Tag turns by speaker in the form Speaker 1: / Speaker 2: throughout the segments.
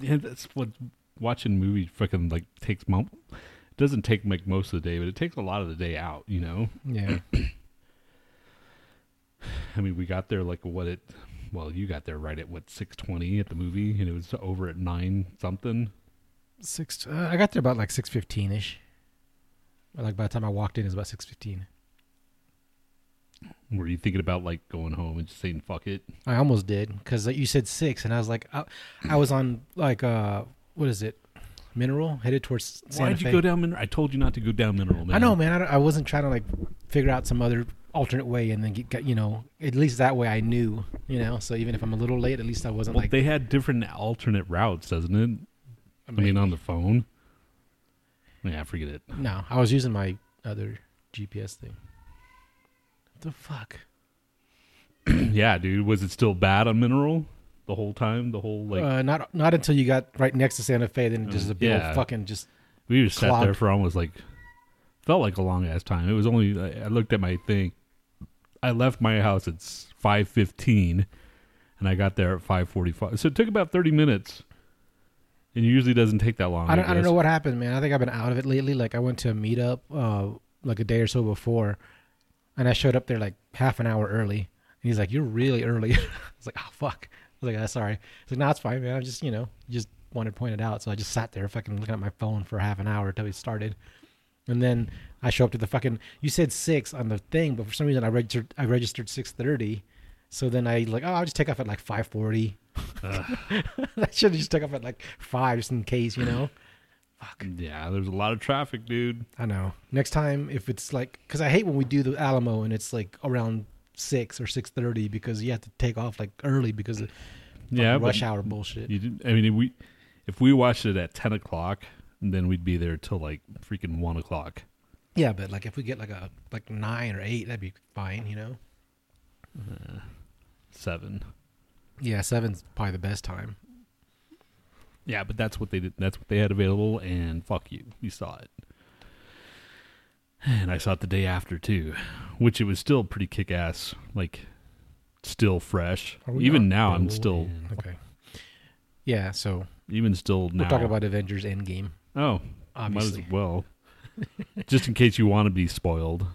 Speaker 1: yeah, that's what watching movies fucking like takes. Mo- doesn't take like most of the day, but it takes a lot of the day out. You know,
Speaker 2: Yeah.
Speaker 1: I mean, we got there like what it. Well, you got there right at what six twenty at the movie, and it was over at nine something.
Speaker 2: Six. Uh, I got there about like six fifteen ish. Like by the time I walked in, it was about six fifteen.
Speaker 1: Were you thinking about like going home and just saying fuck it?
Speaker 2: I almost did because like, you said six, and I was like, I, I was on like uh, what is it, Mineral, headed towards Santa
Speaker 1: Why'd you
Speaker 2: Fe.
Speaker 1: go down Mineral? I told you not to go down Mineral. Man.
Speaker 2: I know, man. I, don't- I wasn't trying to like figure out some other alternate way, and then get, get you know at least that way I knew, you know. So even if I'm a little late, at least I wasn't
Speaker 1: Well,
Speaker 2: like
Speaker 1: they had different alternate routes, doesn't it? I mean, on the phone. Yeah, forget it.
Speaker 2: no. I was using my other GPS thing. What the fuck?
Speaker 1: yeah, dude, was it still bad on Mineral the whole time? The whole like
Speaker 2: uh, not not until you got right next to Santa Fe, then it just
Speaker 1: Uh,
Speaker 2: a big old
Speaker 1: yeah.
Speaker 2: fucking just
Speaker 1: we just sat there
Speaker 2: clogged.
Speaker 1: for almost like felt like a long ass time. It was only I I looked at my thing. I left my house at five fifteen, and I got there at five forty five. So it took about thirty minutes. It usually doesn't take that long.
Speaker 2: I don't, I don't
Speaker 1: guess.
Speaker 2: know what happened, man. I think I've been out of it lately. Like I went to a meetup uh, like a day or so before, and I showed up there like half an hour early. And he's like, "You're really early." I was like, "Oh fuck." I was like, "Ah, sorry." He's like, "No, it's fine, man. I just you know just wanted to point it out." So I just sat there fucking looking at my phone for half an hour until he started, and then I show up to the fucking. You said six on the thing, but for some reason I registered. I registered six thirty. So then I like, oh, I'll just take off at like five forty. I should have just took off at like five, just in case, you know.
Speaker 1: Yeah, there's a lot of traffic, dude.
Speaker 2: I know. Next time, if it's like, because I hate when we do the Alamo and it's like around six or six thirty because you have to take off like early because of
Speaker 1: Yeah,
Speaker 2: rush
Speaker 1: but
Speaker 2: hour bullshit.
Speaker 1: You did, I mean, if we if we watched it at ten o'clock, then we'd be there till like freaking one o'clock.
Speaker 2: Yeah, but like if we get like a like nine or eight, that'd be fine, you know.
Speaker 1: seven.
Speaker 2: Yeah, seven's probably the best time.
Speaker 1: Yeah, but that's what they did. That's what they had available, and fuck you, you saw it. And I saw it the day after too, which it was still pretty kick ass. Like, still fresh.
Speaker 2: Are we
Speaker 1: Even
Speaker 2: not
Speaker 1: now, I'm
Speaker 2: full
Speaker 1: still
Speaker 2: in? okay. Yeah, so
Speaker 1: even still now.
Speaker 2: we're talking about Avengers Endgame.
Speaker 1: oh,
Speaker 2: Obviously.
Speaker 1: might as well. Just in case you want to be spoiled,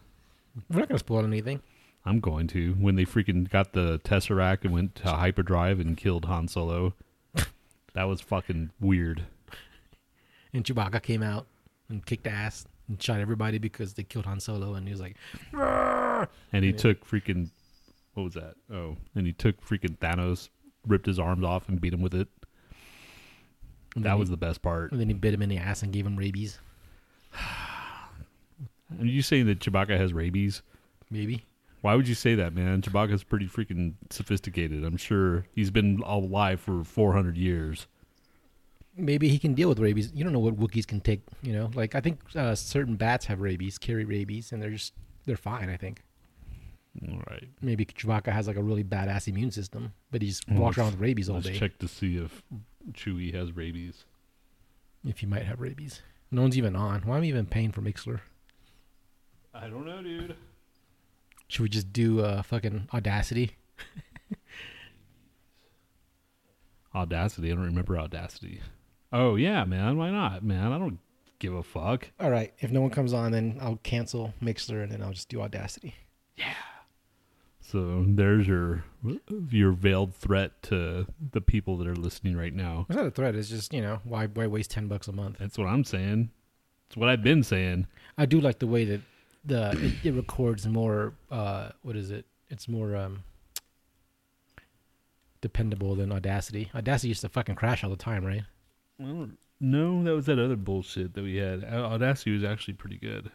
Speaker 2: We're not gonna spoil anything.
Speaker 1: I'm going to. When they freaking got the tesseract and went to hyperdrive and killed Han Solo, that was fucking weird.
Speaker 2: And Chewbacca came out and kicked ass and shot everybody because they killed Han Solo, and he was like,
Speaker 1: And he took freaking what was that? Oh, and he took freaking Thanos, ripped his arms off and beat him with it.
Speaker 2: and
Speaker 1: That
Speaker 2: then
Speaker 1: was
Speaker 2: he,
Speaker 1: the best part.
Speaker 2: and then he bit him in the ass and gave him rabies.
Speaker 1: Are you saying that Chewbacca has rabies?
Speaker 2: Maybe.
Speaker 1: Why would you say that, man? Chewbacca's pretty freaking sophisticated. I'm sure he's been alive for 400 years.
Speaker 2: Maybe he can deal with rabies. You don't know what Wookiees can take, you know? Like I think uh, certain bats have rabies, carry rabies, and they're just they're fine, I think.
Speaker 1: All right.
Speaker 2: Maybe Chewbacca has like a really badass immune system, but he's
Speaker 1: Well,
Speaker 2: walks around
Speaker 1: let's-
Speaker 2: with rabies all
Speaker 1: Mm-hmm. Let's
Speaker 2: day.
Speaker 1: check to see if Chewie has rabies.
Speaker 2: If he might have rabies. No one's even on. Why am I even paying for Mixler?
Speaker 1: I don't know, dude.
Speaker 2: Should we just do uh fucking Audacity?
Speaker 1: Audacity. I don't remember Audacity. Oh, yeah, man. Why not, man? I don't give a fuck.
Speaker 2: All right, if no one comes on then I'll cancel Mixler and then I'll just do Audacity.
Speaker 1: So there's your your veiled threat to the people that are listening right now.
Speaker 2: It's not a threat, it's just, you know, why why waste 10 bucks a month?
Speaker 1: That's what I'm saying. It's what I've been saying.
Speaker 2: I do like the way that the it, it records more. Uh, what is it? It's more um, dependable than Audacity. Audacity used to fucking crash all the time, right?
Speaker 1: No, that was that other bullshit that we had. Au- Audacity was actually pretty good,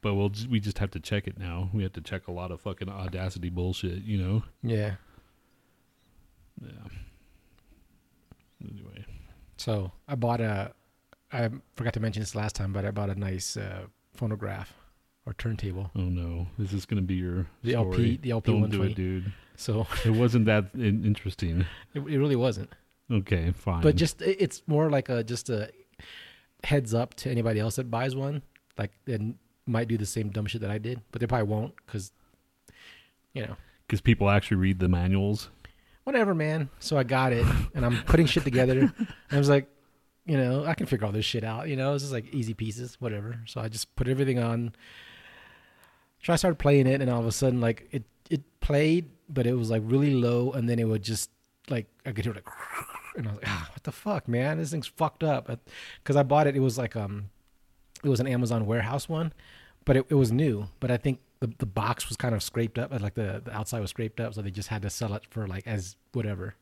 Speaker 1: but we'll just, we just have to check it now. We have to check a lot of fucking Audacity bullshit, you know.
Speaker 2: Yeah.
Speaker 1: Yeah. Anyway,
Speaker 2: So I bought a. I forgot to mention this last time, but I bought a nice uh, phonograph or turntable.
Speaker 1: oh no, is this gonna be your
Speaker 2: The LP
Speaker 1: story?
Speaker 2: the LP
Speaker 1: Don't do
Speaker 2: 120.
Speaker 1: it, dude.
Speaker 2: So
Speaker 1: It wasn't that in- interesting.
Speaker 2: it, it really wasn't,
Speaker 1: Okay, fine.
Speaker 2: but just it, it's more like a just a heads up to anybody else that buys one, like and might do the same dumb shit that I did, but they probably won't because you know
Speaker 1: because people actually read the manuals.
Speaker 2: whatever, man. So I got it, and I'm putting shit together. And I was like, you know, I can figure all this shit out. You know, it's just like easy pieces, whatever. So I just put everything on. So I started playing it, and all of a sudden, like it it played, but it was like really low, and then it would just like I could hear like, and I was like, ah, what the fuck, man? This thing's fucked up. Because I bought it, it was like um, it was an Amazon warehouse one, but it, it was new. But I think the, the box was kind of scraped up, like the, the outside was scraped up, so they just had to sell it for like as whatever.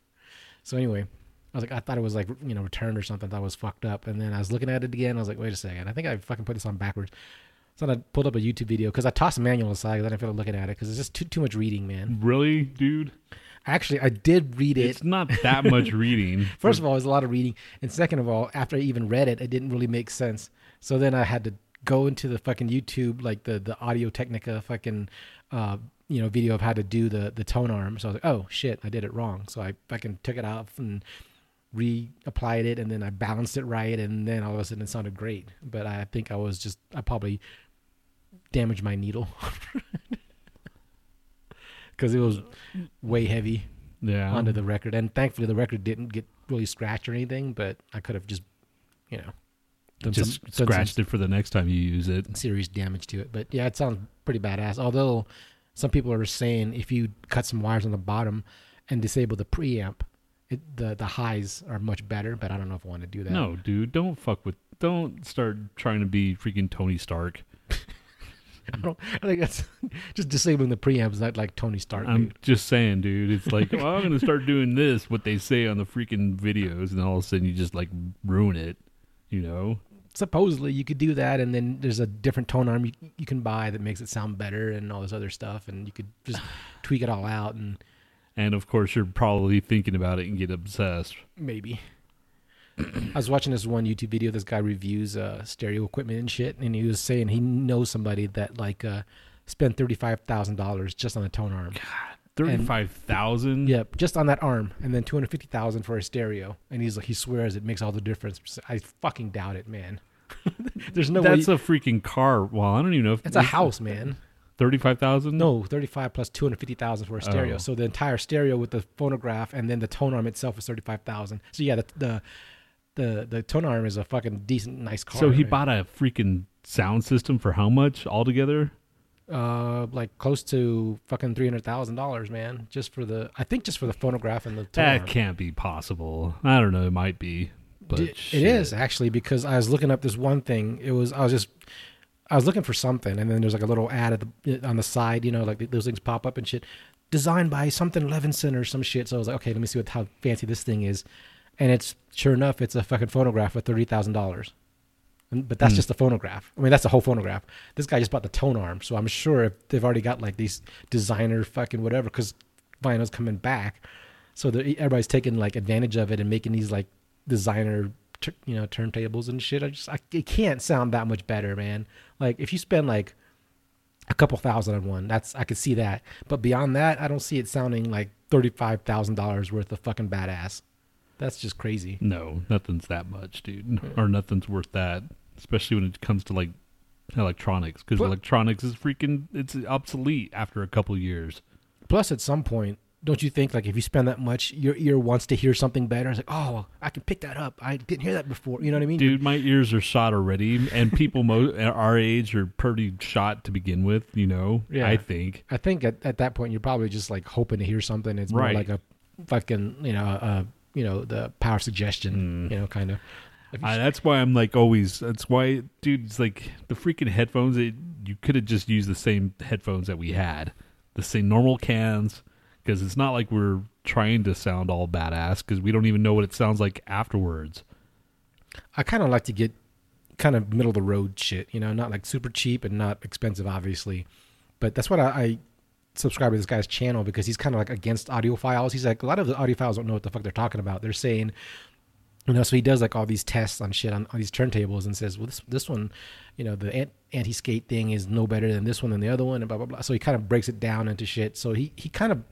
Speaker 2: So anyway, I was like, I thought it was like you know returned or something. I thought it was fucked up, and then I was looking at it again. I was like, wait a second, I think I fucking put this on backwards. So then I pulled up a YouTube video because I tossed the manual aside because I didn't feel like looking at it because it's just too too much reading, man.
Speaker 1: Really, dude?
Speaker 2: Actually, I did read it.
Speaker 1: It's not that much reading.
Speaker 2: First of all, it was a lot of reading, and second of all, after I even read it, it didn't really make sense. So then I had to go into the fucking YouTube, like the the Audio Technica fucking, uh, you know, video of how to do the the tone arm. So I was like, oh shit, I did it wrong. So I fucking took it off and reapplied it, and then I balanced it right, and then all of a sudden it sounded great. But I think I was just I probably damaged my needle because it was way heavy
Speaker 1: Yeah.
Speaker 2: onto the record. And thankfully, the record didn't get really scratched or anything, but I could have just, you know, done
Speaker 1: Just
Speaker 2: some- done
Speaker 1: scratched
Speaker 2: some
Speaker 1: it for the next time you use it.
Speaker 2: serious damage to it. But yeah, it sounds pretty badass. Although some people are saying if you cut some wires on the bottom and disable the preamp, it, the the highs are much better. But I don't know if I want to do that.
Speaker 1: No, dude, don't fuck with. Don't start trying to be freaking Tony Stark.
Speaker 2: I don't. I think that's just disabling the preamp is not like Tony Stark.
Speaker 1: I'm
Speaker 2: dude.
Speaker 1: just saying, dude. It's like well, I'm gonna start doing this, what they say on the freaking videos, and all of a sudden you just like ruin it. You know?
Speaker 2: Supposedly you could do that, and then there's a different tone arm you, you can buy that makes it sound better, and all this other stuff, and you could just tweak it all out and.
Speaker 1: And of course, you're probably thinking about it and get obsessed.
Speaker 2: Maybe. I was watching this one YouTube video. This guy reviews uh, stereo equipment and shit, and he was saying he knows somebody that like uh, spent thirty five thousand dollars just on a tone arm.
Speaker 1: Thirty-five thousand.
Speaker 2: Yep, just on that arm, and then two hundred fifty thousand for a stereo. And he's like, he swears it makes all the difference. I fucking doubt it, man. There's no
Speaker 1: That's
Speaker 2: way.
Speaker 1: a freaking car. Well, I don't even know if
Speaker 2: That's a house, man.
Speaker 1: Thirty-five thousand.
Speaker 2: No, thirty five plus two hundred fifty thousand for a stereo.
Speaker 1: Oh.
Speaker 2: So the entire stereo with the phonograph and then the tone arm itself is thirty five thousand. So yeah, the, the the the tone arm is a fucking decent, nice car.
Speaker 1: So he
Speaker 2: right?
Speaker 1: bought a freaking sound system for how much altogether?
Speaker 2: uh like close to fucking three hundred thousand dollars, man, just for the I think just for the phonograph and the tone
Speaker 1: That
Speaker 2: arm.
Speaker 1: can't be possible. I don't know. It might be, but
Speaker 2: D-
Speaker 1: shit.
Speaker 2: it is actually because I was looking up this one thing. It was I was just I was looking for something, and then there's like a little ad at the on the side, you know, like those things pop up and shit. Designed by something Levinson or some shit. So I was like, okay, let me see what how fancy this thing is, and it's sure enough, it's a fucking phonograph for thirty thousand dollars. But that's just the phonograph. I mean, that's the whole phonograph. This guy just bought the tone arm, so I'm sure if they've already got like these designer fucking whatever, because vinyl's coming back, so they're- everybody's taking like advantage of it and making these like designer tur- you know turntables and shit i just I, it can't sound that much better man like if you spend like a couple thousand on one that's i could see that but beyond that i don't see it sounding like $35000 worth of fucking badass that's just crazy
Speaker 1: No, nothing's that much, dude, or nothing's worth that. Especially when it comes to like electronics, because
Speaker 2: Well-
Speaker 1: electronics is freaking it's obsolete after a couple years.
Speaker 2: plus at some point don't you think like if you spend that much your ear wants to hear something better it's like oh i can pick that up i didn't hear that before you know what i mean
Speaker 1: Dude, my ears are shot already, and people mo- at our age are pretty shot to begin with. You know,
Speaker 2: Yeah.
Speaker 1: I think.
Speaker 2: I think at, at that point you're probably just like hoping to hear something. It's
Speaker 1: Right.
Speaker 2: more like a fucking you know uh you know the power of suggestion you know kind of. If you-
Speaker 1: Mm. I, that's why I'm like always. That's why, dude. It's like the freaking headphones. It, you could have just used the same headphones that we had, the same normal cans, because it's not like we're trying to sound all badass because we don't even know what it sounds like afterwards.
Speaker 2: I kind of like to get kind of middle of the road shit. You know, not like super cheap and not expensive, obviously. But that's what I, I subscribe to this guy's channel because he's kind of like against audiophiles. He's like a lot of the audiophiles don't know what the fuck they're talking about. They're saying you know, so he does like all these tests on shit on, on these turntables and says, well, this this one, you know, the anti skate thing is no better than this one than the other one, and blah blah blah. So he kind of breaks it down into shit. So he he kind of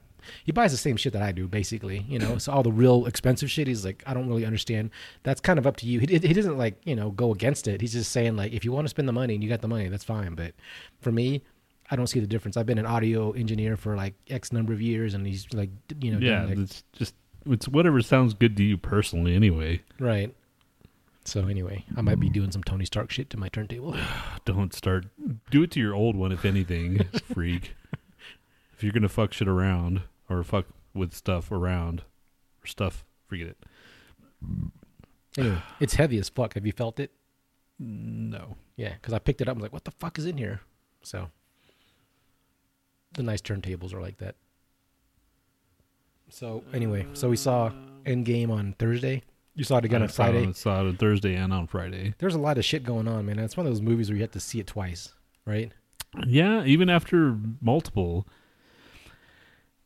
Speaker 2: he buys the same shit that I do, basically. You know, so all the real expensive shit, he's like, I don't really understand. That's kind of up to you. He he doesn't like you know go against it. He's just saying like, if you want to spend the money and you got the money, that's fine. But for me, I don't see the difference. I've been an audio engineer for like X number of years, and he's like, d- you know, doing,
Speaker 1: yeah,
Speaker 2: like-
Speaker 1: it's just it's whatever sounds good to you personally. Anyway,
Speaker 2: right. So anyway, I might be doing some Tony Stark shit to my turntable.
Speaker 1: don't start. Do it to your old one, if anything, freak. If you're gonna fuck shit around or fuck with stuff around or stuff, forget it.
Speaker 2: anyway, it's heavy as fuck. Have you felt it?
Speaker 1: No,
Speaker 2: Yeah, because I picked it up. I'm like, what the fuck is in here? So the nice turntables are like that. So anyway, so we saw Endgame on Thursday. You saw it again
Speaker 1: I
Speaker 2: on
Speaker 1: saw it
Speaker 2: Friday.
Speaker 1: saw it on Thursday and on Friday.
Speaker 2: There's a lot of shit going on, man. It's one of those movies where you have to see it twice, right?
Speaker 1: Yeah, even after multiple.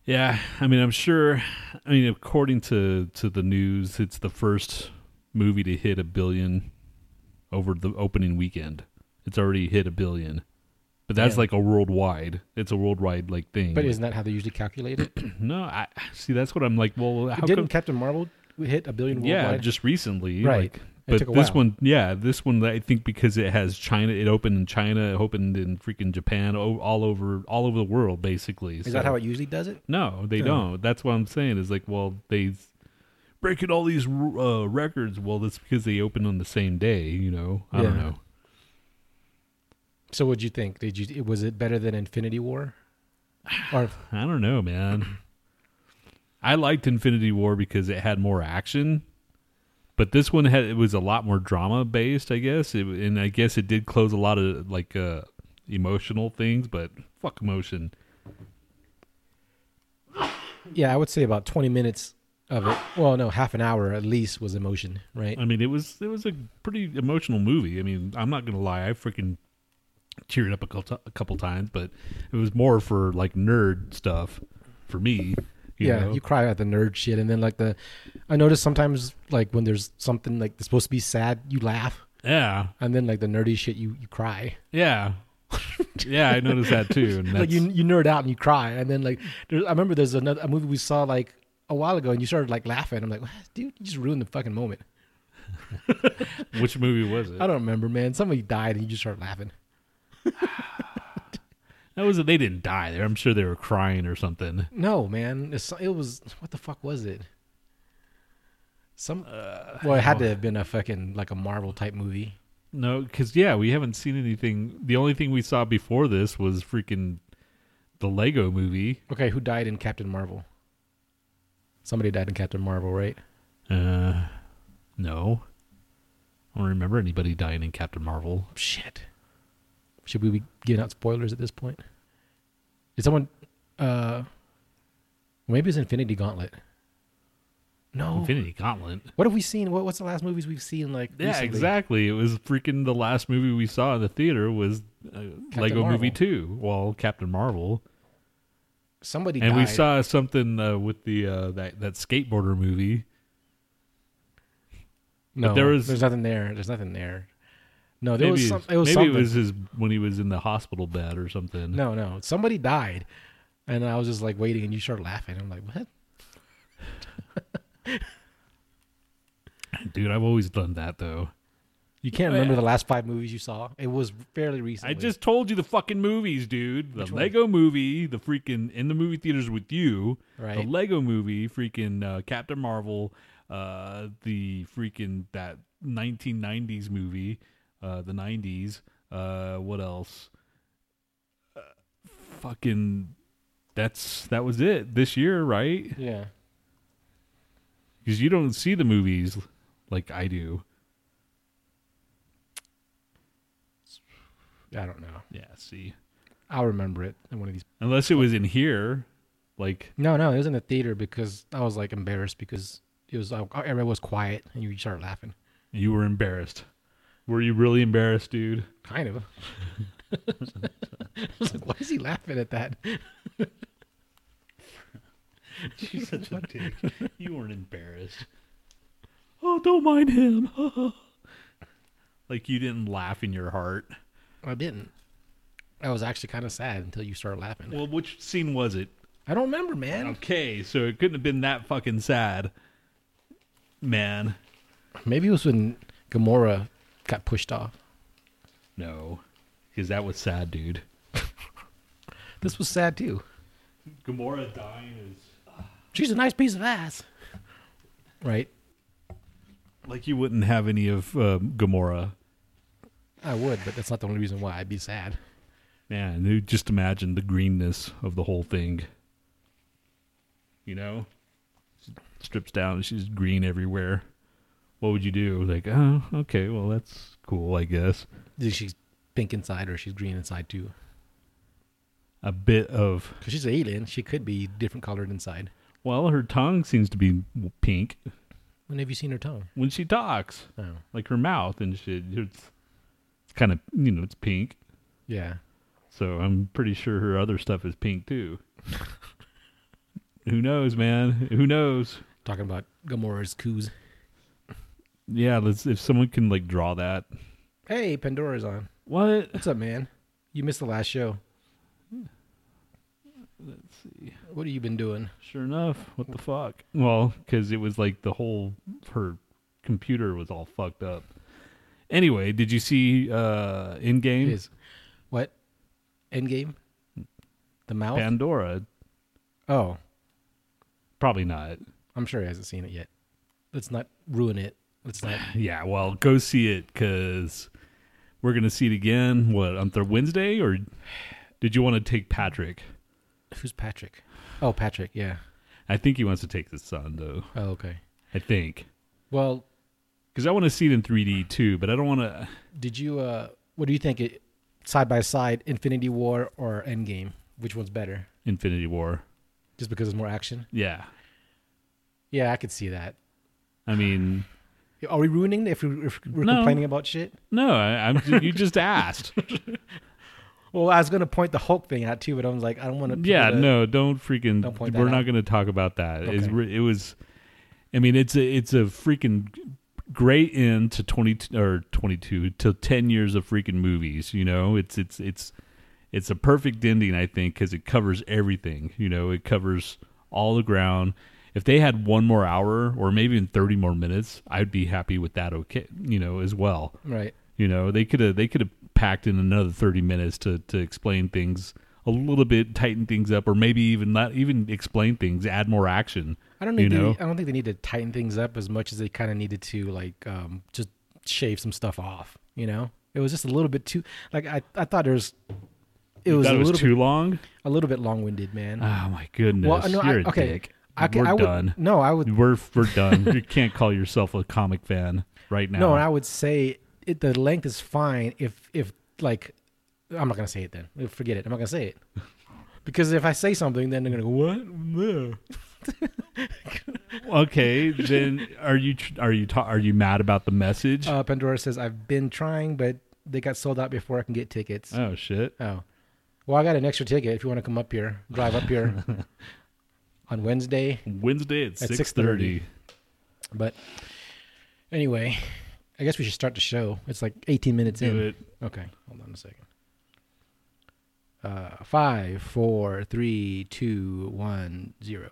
Speaker 1: Yeah, I mean, I'm sure. I mean, according to to the news, it's the first movie to hit a billion over the opening weekend. It's already hit a billion, but that's
Speaker 2: Damn.
Speaker 1: like a worldwide. It's a worldwide like thing.
Speaker 2: But isn't that how they usually calculate it?
Speaker 1: no, I see. That's what I'm like. Well, how
Speaker 2: Didn't
Speaker 1: come?
Speaker 2: Captain Marvel hit a billion
Speaker 1: Yeah,
Speaker 2: worldwide?
Speaker 1: just recently,
Speaker 2: Right.
Speaker 1: like-
Speaker 2: It
Speaker 1: but
Speaker 2: took a
Speaker 1: this
Speaker 2: while.
Speaker 1: one, yeah, this one, I think because it has China, it opened in China, it opened in freaking Japan, o- all over, all over the world, basically.
Speaker 2: is that how it usually does it?
Speaker 1: No, they
Speaker 2: Oh.
Speaker 1: don't. That's what I'm saying. Is like, well, they s- breaking all these r- uh, records. Well, that's because they opened on the same day. You know, I don't
Speaker 2: Yeah.
Speaker 1: know.
Speaker 2: So what'd you think? Did you was it better than Infinity War? Or
Speaker 1: I don't know, man. I liked Infinity War because it had more action, but this one had it was a lot more drama based, I guess. It, and I guess it did close a lot of like uh, emotional things, but fuck emotion.
Speaker 2: yeah, I would say about twenty minutes of it. Well, no, half an hour at least was emotion, right?
Speaker 1: I mean, it was it was a pretty emotional movie. I mean, I'm not gonna lie, I freaking teared up a couple, a couple times, but it was more for like nerd stuff for me. You
Speaker 2: yeah,
Speaker 1: know?
Speaker 2: you cry at the nerd shit, and then like the, I notice sometimes like when there's something like that's supposed to be sad, you laugh,
Speaker 1: yeah,
Speaker 2: and then like the nerdy shit, you you cry.
Speaker 1: yeah, yeah. I noticed that too. And
Speaker 2: Like
Speaker 1: that's-
Speaker 2: you you nerd out and you cry, and then like there, I remember there's another a movie we saw like a while ago, and you started like laughing. I'm like, "What? dude, you just ruined the fucking moment.
Speaker 1: which movie was it?
Speaker 2: I don't remember, man. Somebody died, and you just start laughing.
Speaker 1: That was they didn't die there. I'm sure they were crying or something.
Speaker 2: No, man, it's, it was what the fuck was it? Some
Speaker 1: Uh,
Speaker 2: well, it had to have been a fucking like a Marvel type movie.
Speaker 1: No, because yeah, we haven't seen anything. The only thing we saw before this was freaking the Lego movie.
Speaker 2: Okay, who died in Captain Marvel? Somebody died in Captain Marvel, right?
Speaker 1: Uh, no, I don't remember anybody dying in Captain Marvel.
Speaker 2: Shit. Should we be giving out spoilers at this point? Did someone? uh Maybe it's Infinity Gauntlet. No.
Speaker 1: Infinity Gauntlet.
Speaker 2: What have we seen? What, what's the last movies we've seen? Like
Speaker 1: Yeah,
Speaker 2: recently?
Speaker 1: exactly. It was freaking the last movie we saw in the theater was uh, Lego
Speaker 2: Marvel.
Speaker 1: Movie Two. Well, Captain Marvel,
Speaker 2: Somebody
Speaker 1: and we
Speaker 2: died.
Speaker 1: saw something uh, with the uh, that that skateboarder movie.
Speaker 2: No,
Speaker 1: there was-
Speaker 2: there's nothing there. There's nothing there. No, there was some, it was
Speaker 1: maybe
Speaker 2: something.
Speaker 1: it was his when he was in the hospital bed or something.
Speaker 2: No, no. Somebody died. And I was just like waiting and you started laughing. I'm like, what?
Speaker 1: Dude, I've always done that though.
Speaker 2: You can't
Speaker 1: Oh,
Speaker 2: remember
Speaker 1: yeah.
Speaker 2: the last five movies you saw. It was fairly recent.
Speaker 1: I just told you the fucking movies, dude. The
Speaker 2: Which one?
Speaker 1: Lego movie, the freaking in the movie theaters with you. The
Speaker 2: Right.
Speaker 1: Lego movie, freaking uh, Captain Marvel, uh, the freaking that 1990s movie, uh, the 90s. Uh, what else? Uh, fucking that's that was it this year, right?
Speaker 2: Yeah.
Speaker 1: Because you don't see the movies like I do.
Speaker 2: I don't know.
Speaker 1: Yeah, see.
Speaker 2: I'll remember it in one of these.
Speaker 1: Unless it was in here, like
Speaker 2: No, no. It was in the theater because I was like embarrassed because it was, like, everybody was quiet and you started laughing.
Speaker 1: you were embarrassed. Were you really embarrassed, dude?
Speaker 2: Kind of. I was like, why is he laughing at that?
Speaker 1: You're such a dick. You weren't embarrassed. Oh, don't mind him. like you didn't laugh in your heart.
Speaker 2: I didn't. I was actually kind of sad until you started laughing.
Speaker 1: Well, which scene was it?
Speaker 2: I don't remember, man.
Speaker 1: Okay, so it couldn't have been that fucking sad. Man,
Speaker 2: Maybe it was when Gamora got pushed off.
Speaker 1: no. Because that was sad, dude.
Speaker 2: This was sad too.
Speaker 1: Gamora dying is
Speaker 2: She's a nice piece of ass. Right?
Speaker 1: like you wouldn't have any of um, Gamora.
Speaker 2: I would, but that's not the only reason why I'd be sad.
Speaker 1: Yeah, and you just imagine the greenness of the whole thing. You know, she strips down and she's green everywhere. What would you do? Like, oh, okay, well that's cool, I guess.
Speaker 2: She's pink inside or she's green inside too.
Speaker 1: A bit of
Speaker 2: Because she's an alien, she could be different colored inside.
Speaker 1: well, her tongue seems to be pink
Speaker 2: When have you seen her tongue?
Speaker 1: when she talks,
Speaker 2: Oh,
Speaker 1: like her mouth and shit. It's kind of you know it's pink.
Speaker 2: yeah.
Speaker 1: So I'm pretty sure her other stuff is pink too. Who knows, man? Who knows?
Speaker 2: Talking about Gamora's coos.
Speaker 1: Yeah, let's if someone can like draw that.
Speaker 2: Hey, Pandora's on.
Speaker 1: What?
Speaker 2: What's up, man? You missed the last show.
Speaker 1: Let's see.
Speaker 2: What have you been doing?
Speaker 1: Sure enough, what the fuck? Well, because it was like the whole her computer was all fucked up. Anyway, did you see uh in game
Speaker 2: Is what? Endgame? The mouth?
Speaker 1: Pandora?
Speaker 2: oh,
Speaker 1: Probably not.
Speaker 2: I'm sure he hasn't seen it yet. Let's not ruin it. Let's not.
Speaker 1: Yeah, well, go see it because we're gonna see it again. What on th- Wednesday or did you want to take Patrick?
Speaker 2: Who's Patrick? Oh, Patrick. Yeah.
Speaker 1: I think he wants to take the son though.
Speaker 2: Oh, okay.
Speaker 1: I think
Speaker 2: Well,
Speaker 1: because I want to see it in 3D too, but I don't want to.
Speaker 2: did you? uh What do you think? It side by side, Infinity War or Endgame? Which one's better?
Speaker 1: Infinity War.
Speaker 2: Just because there's more action?
Speaker 1: Yeah,
Speaker 2: Yeah, I could see that.
Speaker 1: I mean,
Speaker 2: Are we ruining it if, we, if we're
Speaker 1: No.
Speaker 2: complaining about shit?
Speaker 1: no, I, I'm. You just asked.
Speaker 2: Well, I was gonna point the Hulk thing out too, but I was like, I don't want to.
Speaker 1: yeah, no, don't freaking.
Speaker 2: Don't point that
Speaker 1: we're
Speaker 2: out.
Speaker 1: not going to talk about that. It's
Speaker 2: Okay.
Speaker 1: re it was. I mean, it's a it's a freaking great end to twenty t- or twenty two to ten years of freaking movies. You know, it's it's it's it's a perfect ending, I think, because it covers everything. You know, it covers all the ground. If they had one more hour or maybe even thirty more minutes, I'd be happy with that. Okay, you know, as well.
Speaker 2: Right.
Speaker 1: You know, they could have they could have packed in another thirty minutes to to explain things a little bit, tighten things up, or maybe even not even explain things, add more action.
Speaker 2: I don't
Speaker 1: you
Speaker 2: think
Speaker 1: know.
Speaker 2: they, I don't think they need to tighten things up as much as they kind of needed to like um, just shave some stuff off. You know, it was just a little bit too like I, I thought there was it was
Speaker 1: Thought
Speaker 2: a
Speaker 1: it was
Speaker 2: little
Speaker 1: too long.
Speaker 2: bit, a little bit long winded, man.
Speaker 1: Oh my goodness!
Speaker 2: no,
Speaker 1: You're
Speaker 2: I,
Speaker 1: a
Speaker 2: okay,
Speaker 1: dick.
Speaker 2: I, could-
Speaker 1: we're
Speaker 2: I would
Speaker 1: done.
Speaker 2: no, I would
Speaker 1: We're we're done. you can't call yourself a comic fan right now.
Speaker 2: no, and I would say it, the length is fine if if like I'm not gonna say it then forget it I'm not gonna say it because if I say something then they're gonna go what No."
Speaker 1: okay, then are you tr- are you ta- are you mad about the message?
Speaker 2: uh, Pandora says I've been trying but they got sold out before I can get tickets.
Speaker 1: oh shit!
Speaker 2: Oh. Well, I got an extra ticket if you want to come up here, drive up here on Wednesday.
Speaker 1: Wednesday at,
Speaker 2: At
Speaker 1: six thirty.
Speaker 2: But anyway, I guess we should start the show. It's like 18 minutes in.
Speaker 1: Do it.
Speaker 2: Okay, hold on a second. Uh, five, four, three, two, one, zero.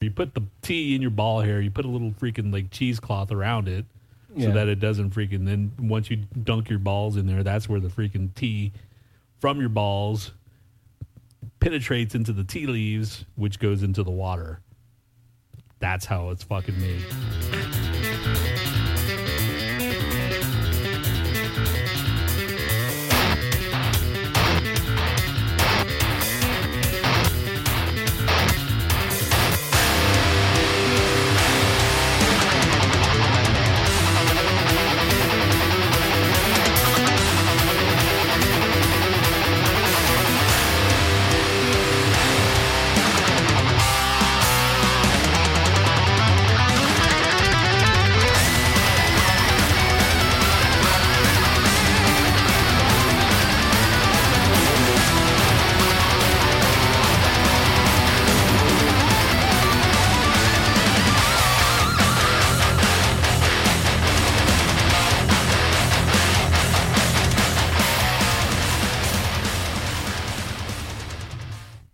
Speaker 1: You put the tea in your ball hair. You put a little freaking like cheesecloth around it, so
Speaker 2: Yeah.
Speaker 1: that it doesn't freaking. Then once you dunk your balls in there, that's where the freaking tea from your balls penetrates into the tea leaves, which goes into the water. That's how it's fucking made.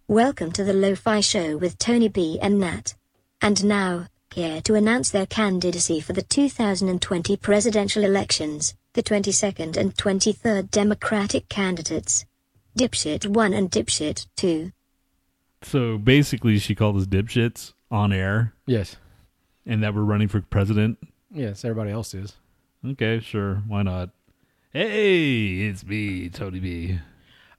Speaker 3: Welcome to the Lo-Fi Show with Tony B and Nat. And now, here to announce their candidacy for the 2020 presidential elections, the 22nd and 23rd Democratic candidates. Dipshit 1 and Dipshit 2.
Speaker 1: So basically, she called us dipshits on air,
Speaker 2: Yes.
Speaker 1: and that we're running for president.
Speaker 2: Yes, everybody else is.
Speaker 1: Okay, sure, why not? Hey, it's me, Tony B.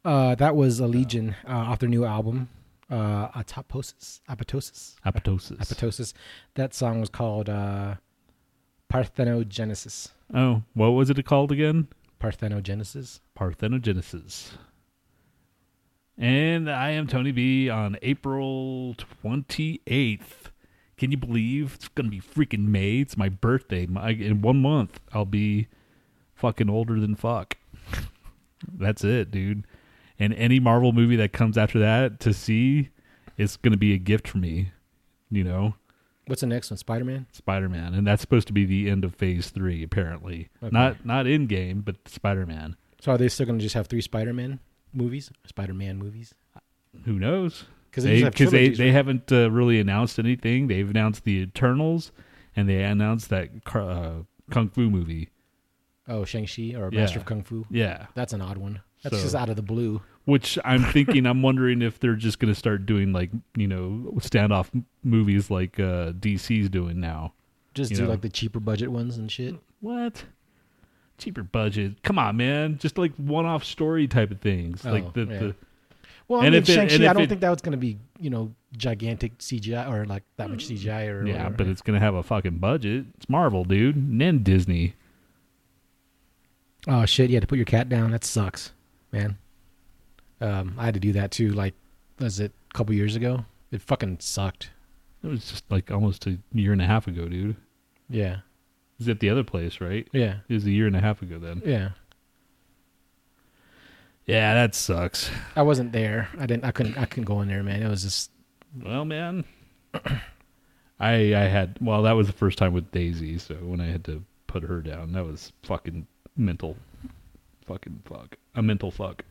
Speaker 2: Uh, that was a Legion uh, off their new album, uh, Atopsis. Apoptosis.
Speaker 1: Apoptosis.
Speaker 2: Apoptosis. That song was called uh, Parthenogenesis.
Speaker 1: oh, what was it called again?
Speaker 2: Parthenogenesis.
Speaker 1: Parthenogenesis. And I am Tony B on April 28th. Can you believe it's going to be freaking May? It's my birthday. My, in one month, I'll be fucking older than fuck. That's it, dude. And any Marvel movie that comes after that to see is going to be a gift for me, you know?
Speaker 2: What's the next one? Spider Man.
Speaker 1: Spider-Man, and that's supposed to be the end of Phase Three, apparently.
Speaker 2: Okay.
Speaker 1: Not not in game, but Spider-Man.
Speaker 2: So are they still going to just have three Spider Man movies? Spider Man movies?
Speaker 1: Who knows?
Speaker 2: 'Cause they
Speaker 1: they,
Speaker 2: just have
Speaker 1: 'cause they,
Speaker 2: trilogies,
Speaker 1: they
Speaker 2: right?
Speaker 1: haven't uh, really announced anything. They've announced the Eternals, and they announced that car, uh, kung fu movie.
Speaker 2: Oh, Shang Chi or
Speaker 1: Yeah.
Speaker 2: Master of Kung Fu.
Speaker 1: Yeah,
Speaker 2: That's an odd one. That's
Speaker 1: So-
Speaker 2: just out of the blue.
Speaker 1: which I'm thinking, I'm wondering if they're just going to start doing like you know standoff m- movies like uh, DC's doing now.
Speaker 2: Just
Speaker 1: You
Speaker 2: do
Speaker 1: know.
Speaker 2: like the cheaper budget ones and shit.
Speaker 1: What? Cheaper budget. Come on, man. Just like one-off story type of things.
Speaker 2: Oh,
Speaker 1: like the,
Speaker 2: yeah.
Speaker 1: the
Speaker 2: Well, I
Speaker 1: And
Speaker 2: mean,
Speaker 1: if it-
Speaker 2: Shang-Chi,
Speaker 1: and
Speaker 2: I
Speaker 1: if
Speaker 2: don't
Speaker 1: it-
Speaker 2: think that was going to be, you know, gigantic CGI or like that much CGI or
Speaker 1: Yeah,
Speaker 2: whatever.
Speaker 1: but it's gonna have a fucking budget. It's Marvel, dude, and then Disney.
Speaker 2: Oh shit! You had to put your cat down. That sucks, man. Um, I had to do that too. Like, was it a couple years ago? It fucking sucked.
Speaker 1: It was just like almost a year and a half ago, dude. It
Speaker 2: Yeah,
Speaker 1: was at the other place, right?
Speaker 2: yeah,
Speaker 1: It was a year and a half ago then.
Speaker 2: yeah.
Speaker 1: Yeah, that sucks.
Speaker 2: I wasn't there. I didn't. I couldn't. I couldn't go in there, man. It was just.
Speaker 1: Well, man, I I had well that was the first time with Daisy, so when I had to put her down, that was fucking mental, fucking fuck, a mental fuck.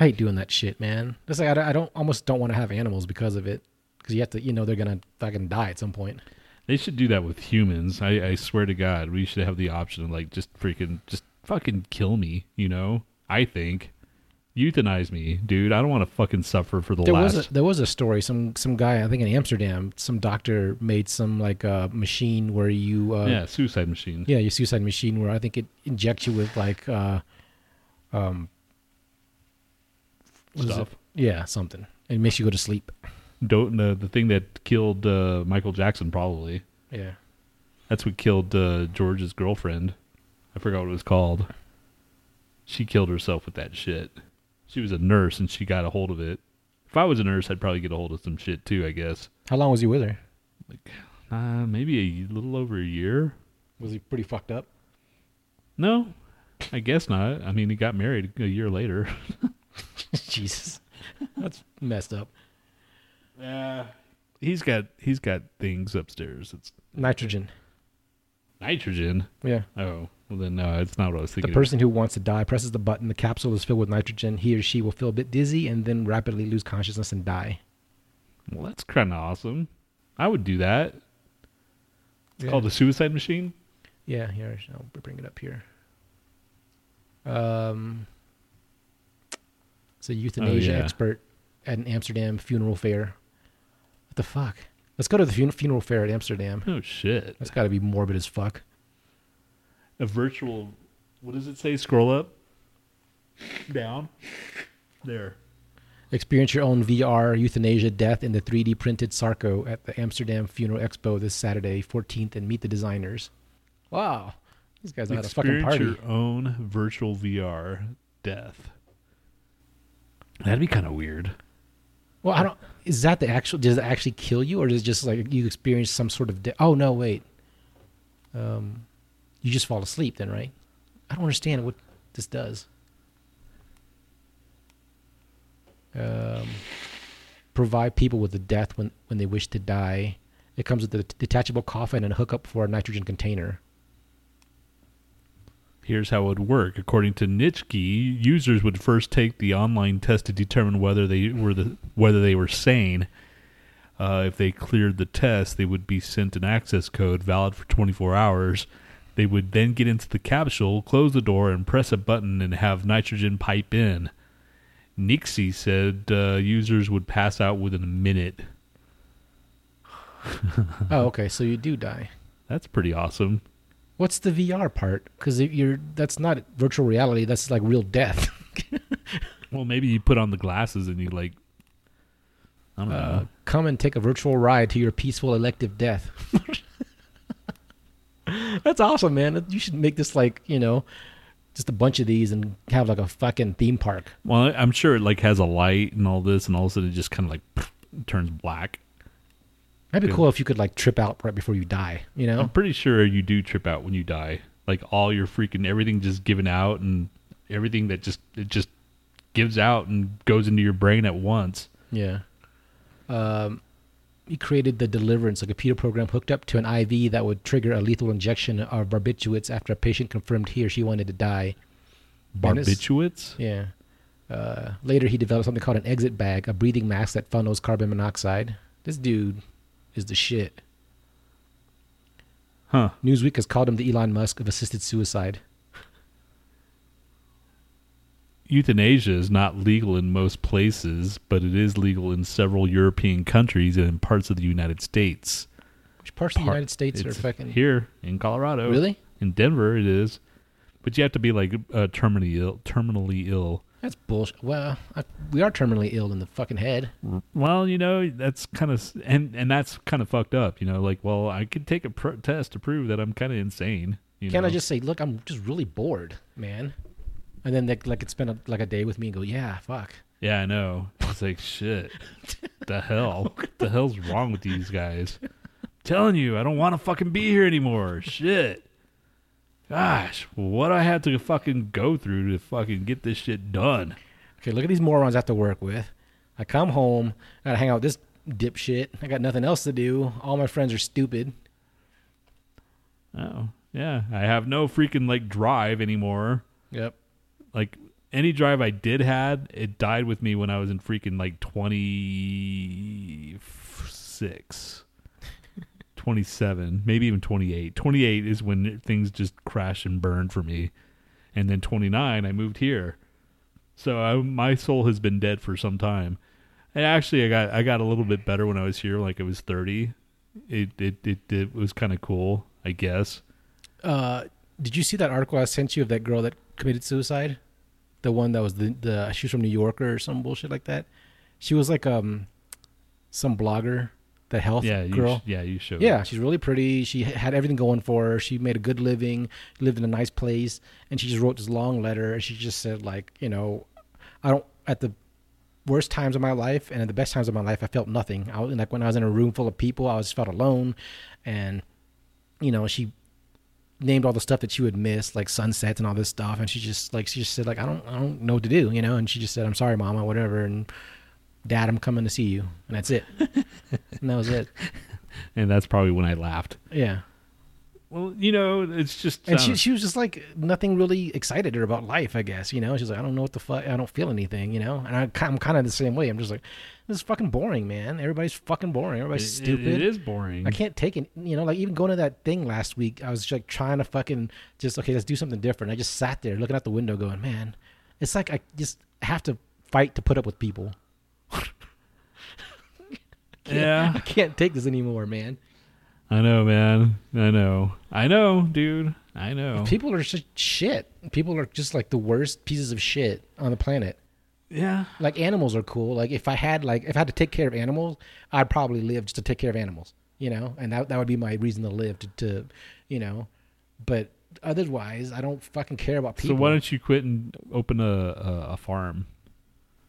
Speaker 2: I hate doing that shit, man. It's like I, don't- I don't almost don't want to have animals because of it, because you have to. You know, they're gonna fucking die at some point.
Speaker 1: They should do that with humans. I, I swear to God, we should have the option of like just freaking just fucking kill me. You know, I think euthanize me, dude. I don't want to fucking suffer for the
Speaker 2: There
Speaker 1: last.
Speaker 2: was a, there was a story. Some some guy, I think in Amsterdam, some doctor made some like uh, machine where you uh,
Speaker 1: yeah, suicide machine.
Speaker 2: Yeah, your suicide machine, where I think it injects you with like, uh, um, what is it?
Speaker 1: Stuff.
Speaker 2: Yeah, something. It makes you go to sleep.
Speaker 1: Don't the the thing that killed uh, Michael Jackson probably.
Speaker 2: Yeah.
Speaker 1: That's what killed uh, George's girlfriend. I forgot what it was called. She killed herself with that shit. She was a nurse and she got a hold of it. If I was a nurse, I'd probably get a hold of some shit too. I guess.
Speaker 2: How long was he with her?
Speaker 1: Like, uh, maybe a little over a year.
Speaker 2: Was he pretty fucked up?
Speaker 1: No, I guess not. I mean, he got married a year later.
Speaker 2: Jesus, that's messed up.
Speaker 1: Yeah. He's got he's got things upstairs. It's
Speaker 2: Nitrogen.
Speaker 1: nitrogen.
Speaker 2: Yeah.
Speaker 1: Oh, well then no, it's not what I was
Speaker 2: The
Speaker 1: thinking.
Speaker 2: person who wants to die presses the button. The capsule is filled with nitrogen. He or she will feel a bit dizzy and then rapidly lose consciousness and die.
Speaker 1: well, that's kind of awesome. I would do that. It's called the suicide machine.
Speaker 2: Yeah, here I'll bring it up here. Um, it's a euthanasia
Speaker 1: Oh, yeah.
Speaker 2: expert at an Amsterdam funeral fair. What the fuck? Let's go to the fun- funeral fair at Amsterdam.
Speaker 1: Oh shit!
Speaker 2: That's got to be morbid as fuck.
Speaker 1: A virtual. What does it say? Scroll up. Down. There.
Speaker 2: Experience your own VR euthanasia death in the 3D printed Sarco at the Amsterdam Funeral Expo this Saturday, 14th, and meet the designers. Wow, these guys are at a fucking
Speaker 1: Experience
Speaker 2: party.
Speaker 1: your own virtual VR death. That'd be kind of weird.
Speaker 2: Well, I don't. Is that the actual? Does it actually kill you, or does it just like you experience some sort of? De- oh no, wait. Um, you just fall asleep then, right? I don't understand what this does. Um, provide people with the death when when they wish to die. It comes with a detachable coffin and a hookup for a nitrogen container.
Speaker 1: Here's how it would work. According to Nitschke, users would first take the online test to determine whether they were the whether they were sane. Uh, if they cleared the test, they would be sent an access code valid for 24 hours. They would then get into the capsule, close the door, and press a button and have nitrogen pipe in. Nixie said uh, users would pass out within a minute.
Speaker 2: Oh, okay. So you do die.
Speaker 1: That's pretty awesome.
Speaker 2: What's the VR part? Because you're that's not virtual reality. That's like real death.
Speaker 1: Well, maybe you put on the glasses and you like. I don't
Speaker 2: Uh,
Speaker 1: know.
Speaker 2: come and take a virtual ride to your peaceful elective death. That's awesome, man. You should make this like, you know, just a bunch of these and have like a fucking theme park.
Speaker 1: Well, I- I'm sure it like has a light and all this, and all of a sudden it just kind of like turns black.
Speaker 2: That'd be
Speaker 1: Yeah.
Speaker 2: cool if you could like trip out right before you die, you
Speaker 1: I'm
Speaker 2: know?
Speaker 1: pretty sure you do trip out when you die. Like all your freaking everything just given out and everything that just it just gives out and goes into your brain at once.
Speaker 2: Yeah. Um, he created the Deliverance, a computer program hooked up to an IV that would trigger a lethal injection of barbiturates after a patient confirmed he or she wanted to die. And it's-
Speaker 1: Barbiturates?
Speaker 2: Yeah. Uh, later, he developed something called an exit bag, a breathing mask that funnels carbon monoxide. This dude is the shit.
Speaker 1: Huh.
Speaker 2: Newsweek has called him the Elon Musk of assisted suicide.
Speaker 1: Euthanasia is not legal in most places, but it is legal in several European countries and in parts of the United States.
Speaker 2: Which parts of the
Speaker 1: Par-
Speaker 2: United States are
Speaker 1: it's
Speaker 2: fucking
Speaker 1: here in Colorado.
Speaker 2: Really?
Speaker 1: In Denver, it is. But you have to be like uh, terminally ill. Terminally ill.
Speaker 2: That's bullshit. Well, I, we are terminally ill in the fucking head.
Speaker 1: Well, you know that's kind of and and that's kind of fucked up. You know, like well, I could take a pro- test to prove that I'm kind of insane. You
Speaker 2: Can't
Speaker 1: know?
Speaker 2: I just say, look, I'm just really bored, man? And then they like could spend a, like a day with me and go, yeah, fuck.
Speaker 1: Yeah, I know. It's like shit. the hell? What the hell's wrong with these guys? telling you, I don't want to fucking be here anymore. Shit. Gosh, what I had to fucking go through to fucking get this shit done.
Speaker 2: Okay, look at these morons I have to work with. I come home, I gotta hang out with this dipshit. I got nothing else to do. All my friends are stupid.
Speaker 1: Oh, yeah. I have no freaking like drive anymore.
Speaker 2: Yep.
Speaker 1: Like any drive I did had, it died with me when I was in freaking like 26, 27, maybe even 28. 28 is when things just crash and burn for me. And then 29, I moved here. So I, my soul has been dead for some time. And actually, I got I got a little bit better when I was here. Like I was thirty, it it it, it was kind of cool, I guess.
Speaker 2: Uh, did you see that article I sent you of that girl that committed suicide? The one that was the the she was from New Yorker or some bullshit like that. She was like um, some blogger, the health
Speaker 1: Yeah, you
Speaker 2: girl.
Speaker 1: sh- yeah, you showed.
Speaker 2: Yeah, she's really pretty. She h- had everything going for her. She made a good living, lived in a nice place, and she just wrote this long letter. And she just said, like, you know, I don't at the worst times of my life and at the best times of my life, I felt nothing. I was like when I was in a room full of people, I was felt alone, and you know, she named all the stuff that she would miss, like sunsets and all this stuff. And she just like she just said, like, I don't, I don't know what to do, you know. And she just said, I'm sorry, mama, whatever, and dad, I'm coming to see you, and that's it. and that was it.
Speaker 1: and that's probably when I laughed.
Speaker 2: Yeah.
Speaker 1: Well, you know, it's just
Speaker 2: And
Speaker 1: uh,
Speaker 2: she she was just like nothing really excited her about life, I guess. You know, she's like, I don't know what the fuck, I don't feel anything. You know, and I, ki- I'm kind of the same way. I'm just like, this is fucking boring, man. Everybody's fucking boring.
Speaker 1: it-
Speaker 2: Everybody's
Speaker 1: it-
Speaker 2: stupid.
Speaker 1: it is boring.
Speaker 2: I can't take it. You know, like even going to that thing last week, I was just, like trying to fucking just okay, let's do something different. I just sat there looking out the window, going, man, it's like I just have to fight to put up with people. I
Speaker 1: yeah,
Speaker 2: can't take this anymore, man.
Speaker 1: I know, man. I know. I know, dude. I know.
Speaker 2: People are such shit. People are just like the worst pieces of shit on the planet.
Speaker 1: yeah,
Speaker 2: like animals are cool. Like if I had like if I had to take care of animals, I'd probably live just to take care of animals, you know, and that that would be my reason to live to, to you know, but otherwise I don't fucking care about people.
Speaker 1: So why don't you quit and open a a, a farm?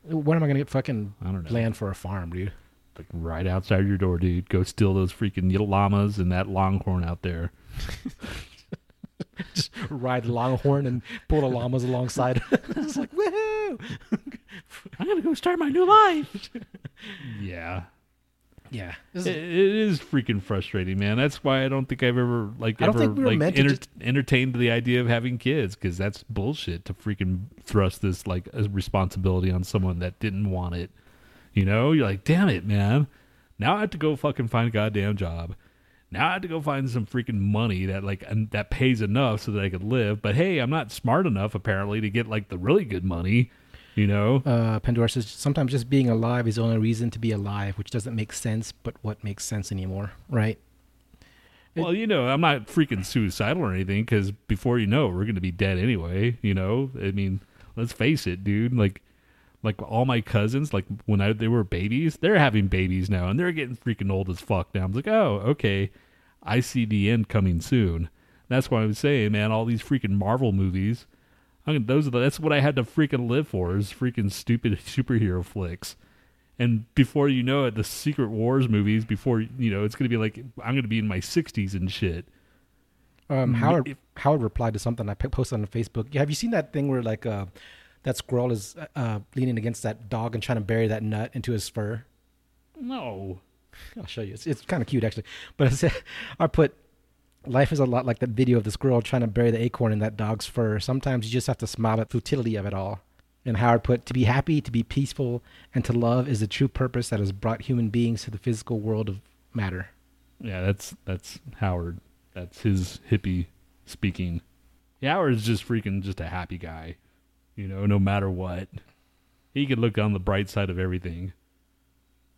Speaker 2: when am I gonna get fucking
Speaker 1: I don't know.
Speaker 2: land for a farm, dude?
Speaker 1: Like right outside your door, dude. Go steal those freaking llamas and that longhorn out there.
Speaker 2: Just ride longhorn and pull the llamas alongside. it's like woohoo!
Speaker 1: I'm gonna go start my new life. yeah,
Speaker 2: Yeah, this
Speaker 1: it,
Speaker 2: is,
Speaker 1: it is freaking frustrating, man. That's why I don't think I've ever like
Speaker 2: I don't
Speaker 1: ever
Speaker 2: think we were
Speaker 1: like
Speaker 2: meant to
Speaker 1: enter-
Speaker 2: just-
Speaker 1: entertained the idea of having kids because that's bullshit to freaking thrust this like as responsibility on someone that didn't want it. You know, you're like, damn it, man. Now I have to go fucking find a goddamn job. Now I have to go find some freaking money that like and that pays enough so that I could live. But hey, I'm not smart enough apparently to get like the really good money. You know,
Speaker 2: Uh, Pandora says sometimes just being alive is the only reason to be alive, which doesn't make sense, but what makes sense anymore, right?
Speaker 1: well, you know, I'm not freaking suicidal or anything because before you know, it, we're going to be dead anyway. You know, I mean, let's face it, dude. Like, like all my cousins, like when I, they were babies, they're having babies now, and they're getting freaking old as fuck now. I'm like, oh, okay, I see the end coming soon. That's why I'm saying, man, all these freaking Marvel movies. I mean, those are the, that's what I had to freaking live for is freaking stupid superhero flicks. And before you know it, the Secret Wars movies. Before you know, it's gonna be like I'm gonna be in my 60s and shit.
Speaker 2: Um, Howard Howard replied to something I p- posted on Facebook. Have you seen that thing where like uh, that squirrel is uh, uh, leaning against that dog and trying to bury that nut into his fur?
Speaker 1: No,
Speaker 2: I'll show you. It's, it's kind of cute actually. But I said I put life is a lot like that video of the squirrel trying to bury the acorn in that dog's fur. Sometimes you just have to smile at the futility of it all. And Howard put to be happy, to be peaceful, and to love is the true purpose that has brought human beings to the physical world of matter.
Speaker 1: yeah, that's that's Howard. That's his hippie speaking. Yeah, Howard's just freaking just a happy guy. You know, no matter what, he could look on the bright side of everything.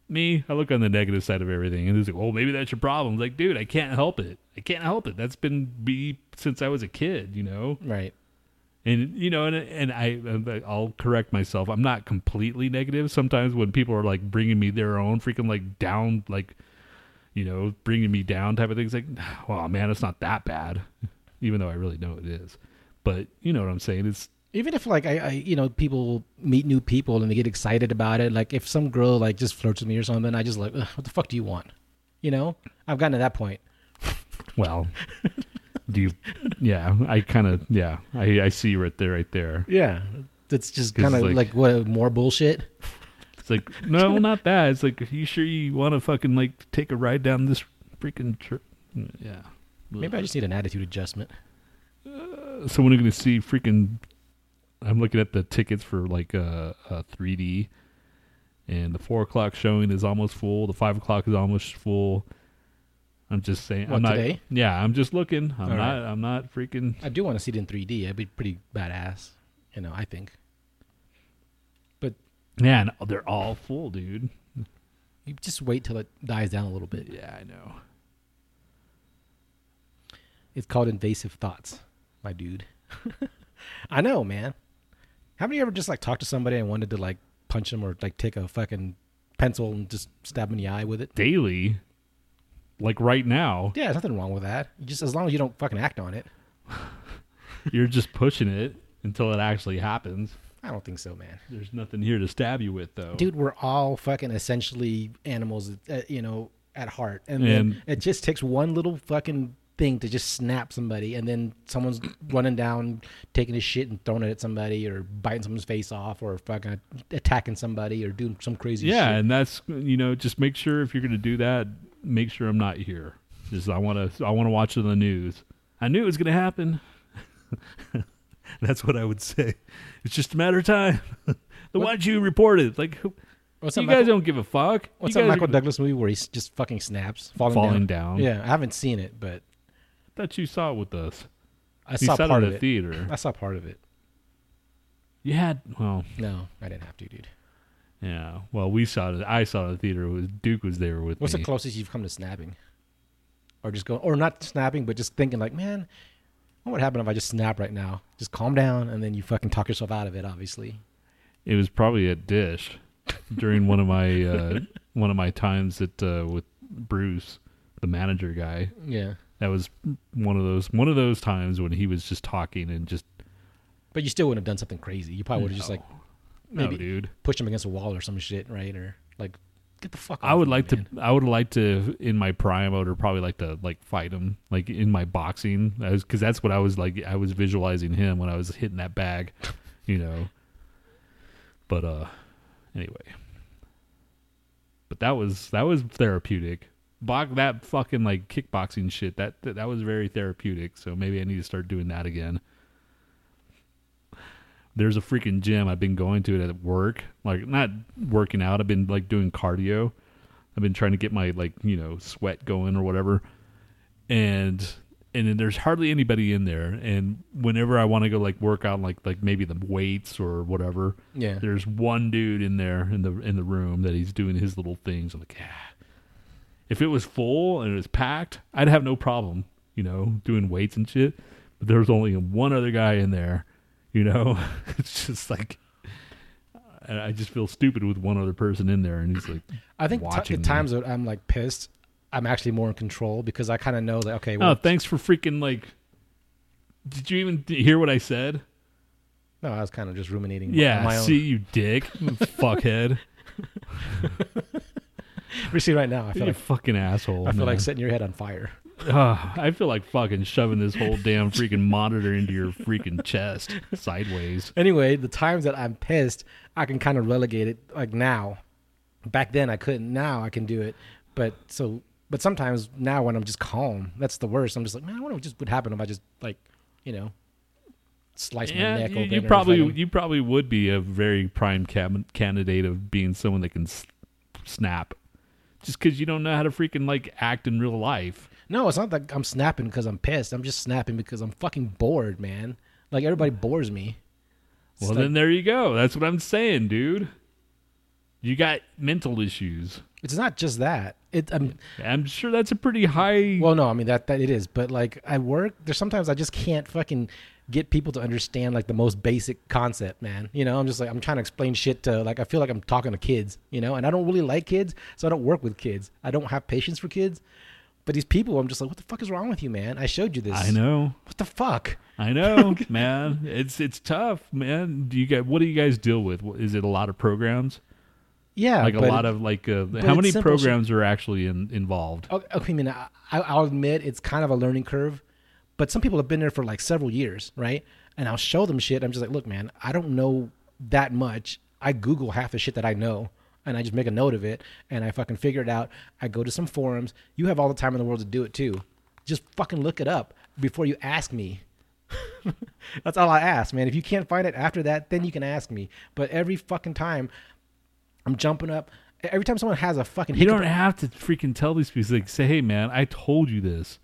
Speaker 1: Me, I look on the negative side of everything, and he's like, "Well, maybe that's your problem." like, dude, I can't help it. I can't help it. That's been me since I was a kid. You know.
Speaker 2: Right.
Speaker 1: and you know and and I I'll correct myself. I'm not completely negative. Sometimes when people are like bringing me their own freaking like down like you know bringing me down type of things like wow man it's not that bad even though I really know it is. But you know what I'm saying? It's
Speaker 2: even if like I, I you know people meet new people and they get excited about it like if some girl like just flirts with me or something i just like "Ugh, what the fuck do you want you know i've gotten to that point
Speaker 1: well do you yeah, I kind of yeah. I I see you right there right there.
Speaker 2: yeah that's just
Speaker 1: 'Cause
Speaker 2: kind of
Speaker 1: it's
Speaker 2: like,
Speaker 1: like-
Speaker 2: what more bullshit
Speaker 1: It's like no, not that. It's like you sure you want to fucking like take a ride down this freaking trip? Yeah.
Speaker 2: maybe i just need an attitude adjustment
Speaker 1: someone who's going to see freaking. I'm looking at the tickets for like uh, uh 3D, and the four o'clock showing is almost full. The five o'clock is almost full. I'm just saying.
Speaker 2: What,
Speaker 1: I'm not.
Speaker 2: today?
Speaker 1: Yeah, I'm just looking. I'm not.
Speaker 2: All right.
Speaker 1: I'm not freaking.
Speaker 2: i do want to see it in 3d it'd be pretty badass you know i think but
Speaker 1: Yeah, and they're all full, dude.
Speaker 2: you just wait till it dies down a little bit
Speaker 1: Yeah, I know.
Speaker 2: it's called invasive thoughts my dude i know man Haven't you ever just like talked to somebody and wanted to like punch them or like take a fucking pencil and just stab them in the eye with it?
Speaker 1: Daily, like right now,
Speaker 2: Yeah, there's nothing wrong with that. Just as long as you don't fucking act on it.
Speaker 1: you're just pushing it until it actually happens.
Speaker 2: I don't think so, man.
Speaker 1: There's nothing here to stab you with, though.
Speaker 2: Dude, we're all fucking essentially animals, uh, you know, at heart. And,
Speaker 1: And-
Speaker 2: then it just takes one little fucking thing to just snap somebody and then someone's running down taking his shit and throwing it at somebody or biting someone's face off or fucking attacking somebody or doing some crazy shit.
Speaker 1: yeah and that's you know just make sure if you're going to do that make sure i'm not here just i want to i want to watch the news i knew it was going to happen that's what i would say it's just a matter of time then why did you report it like who-
Speaker 2: What's
Speaker 1: you
Speaker 2: up,
Speaker 1: guys
Speaker 2: Michael?
Speaker 1: don't give a fuck
Speaker 2: What's
Speaker 1: you
Speaker 2: that
Speaker 1: guys
Speaker 2: Michael
Speaker 1: are-
Speaker 2: Douglas movie where he's just fucking snaps falling,
Speaker 1: Falling down.
Speaker 2: Yeah, I haven't seen it, but
Speaker 1: that you saw it with us
Speaker 2: I
Speaker 1: you
Speaker 2: saw
Speaker 1: saw it
Speaker 2: part
Speaker 1: in
Speaker 2: of
Speaker 1: the
Speaker 2: it. I
Speaker 1: theater
Speaker 2: saw part of it.
Speaker 1: you had well
Speaker 2: No, I didn't have to, dude.
Speaker 1: yeah well we saw it i saw it in the theater it was duke was there with
Speaker 2: What's
Speaker 1: me
Speaker 2: the closest you've come to snapping? Or just going, or not snapping, but just thinking like, man, what would happen if I just snap right now? Just calm down, and then you fucking talk yourself out of it. Obviously,
Speaker 1: It was probably at Dish during one of my uh, one of my times at uh, with Bruce, the manager guy.
Speaker 2: yeah.
Speaker 1: That was one of those one of those times when he was just talking and just
Speaker 2: But you still wouldn't have done something crazy. You probably would have just like
Speaker 1: no,
Speaker 2: Maybe-
Speaker 1: dude.
Speaker 2: pushed him against a wall or some shit, right? Or like, get the fuck.
Speaker 1: I
Speaker 2: off
Speaker 1: would
Speaker 2: me,
Speaker 1: like
Speaker 2: man.
Speaker 1: to. I would like to. In my prime, I would probably like to like fight him, like in my boxing, because that's what I was like. I was visualizing him when I was hitting that bag, you know. But uh, anyway. But that was that was therapeutic. Bo- that fucking like kickboxing shit. That, that that was very therapeutic. So maybe I need to start doing that again there's a freaking gym I've been going to at work. Like not working out, I've been like doing cardio. I've been trying to get my like, you know, sweat going or whatever. And and then there's hardly anybody in there. And whenever I want to go like work on like like maybe the weights or whatever,
Speaker 2: Yeah.
Speaker 1: there's one dude in there in the in the room that he's doing his little things. I'm like, ah. if it was full and it was packed, I'd have no problem, you know, doing weights and shit. But there's only one other guy in there, you know. it's just like, and I just feel stupid with one other person in there, and he's like,
Speaker 2: I think t-
Speaker 1: watching
Speaker 2: at
Speaker 1: me.
Speaker 2: times that I'm like pissed. I'm actually more in control because I kind of know that okay,
Speaker 1: oh,
Speaker 2: well,
Speaker 1: thanks for freaking like. Did you even hear what I said?
Speaker 2: no, I was kind of just ruminating. on
Speaker 1: Yeah,
Speaker 2: my own.
Speaker 1: see you, dick, fuckhead,
Speaker 2: You see, right now I
Speaker 1: you
Speaker 2: feel like
Speaker 1: fucking asshole.
Speaker 2: I feel
Speaker 1: man.
Speaker 2: like setting your head on fire.
Speaker 1: Ugh, I feel like fucking shoving this whole damn freaking monitor into your freaking chest sideways.
Speaker 2: Anyway, the times that I'm pissed, I can kind of relegate it. Like now, back then I couldn't. Now I can do it. But so, but sometimes now when I'm just calm, that's the worst. I'm just like, man, I wonder what just would happen if I just like, you know, slice
Speaker 1: Yeah,
Speaker 2: my neck
Speaker 1: you,
Speaker 2: open.
Speaker 1: you
Speaker 2: or
Speaker 1: probably
Speaker 2: fucking-
Speaker 1: you probably would be a very prime cam- candidate of being someone that can s- snap, just because you don't know how to freaking like act in real life.
Speaker 2: No, it's not that I'm snapping because I'm pissed. I'm just snapping because I'm fucking bored, man. Like everybody bores me. It's
Speaker 1: Well,
Speaker 2: like-
Speaker 1: then there you go. That's what I'm saying, dude. You got mental issues.
Speaker 2: it's not just that. It I'm
Speaker 1: I'm sure that's a pretty high.
Speaker 2: well, no, I mean that that it is, but like I work, there's sometimes I just can't fucking get people to understand like the most basic concept, man. You know, I'm just like I'm trying to explain shit to like I feel like I'm talking to kids, you know, and I don't really like kids, so I don't work with kids. I don't have patience for kids. But these people, I'm just like, what the fuck is wrong with you, man? I showed you this.
Speaker 1: I know.
Speaker 2: What the fuck?
Speaker 1: I know, man. It's it's tough, man. Do you guys? What do you guys deal with? What- Is it a lot of programs?
Speaker 2: Yeah,
Speaker 1: like a
Speaker 2: but
Speaker 1: lot
Speaker 2: it-
Speaker 1: of like uh, how many
Speaker 2: it's simple shit.
Speaker 1: programs are actually in, involved
Speaker 2: Okay, okay, I mean, I, I- I'll admit it's kind of a learning curve, but some people have been there for like several years, right? And I'll show them shit. I'm just like, look, man, I don't know that much. I Google half the shit that I know, and I just make a note of it, and I fucking figure it out. I go to some forums. You have all the time in the world to do it too. Just fucking look it up before you ask me. That's all I ask, man. If you can't find it after that, then you can ask me. But every fucking time, I'm jumping up. Every time someone has a fucking
Speaker 1: you
Speaker 2: hiccup-
Speaker 1: don't have to freaking tell these people like say hey man i told you this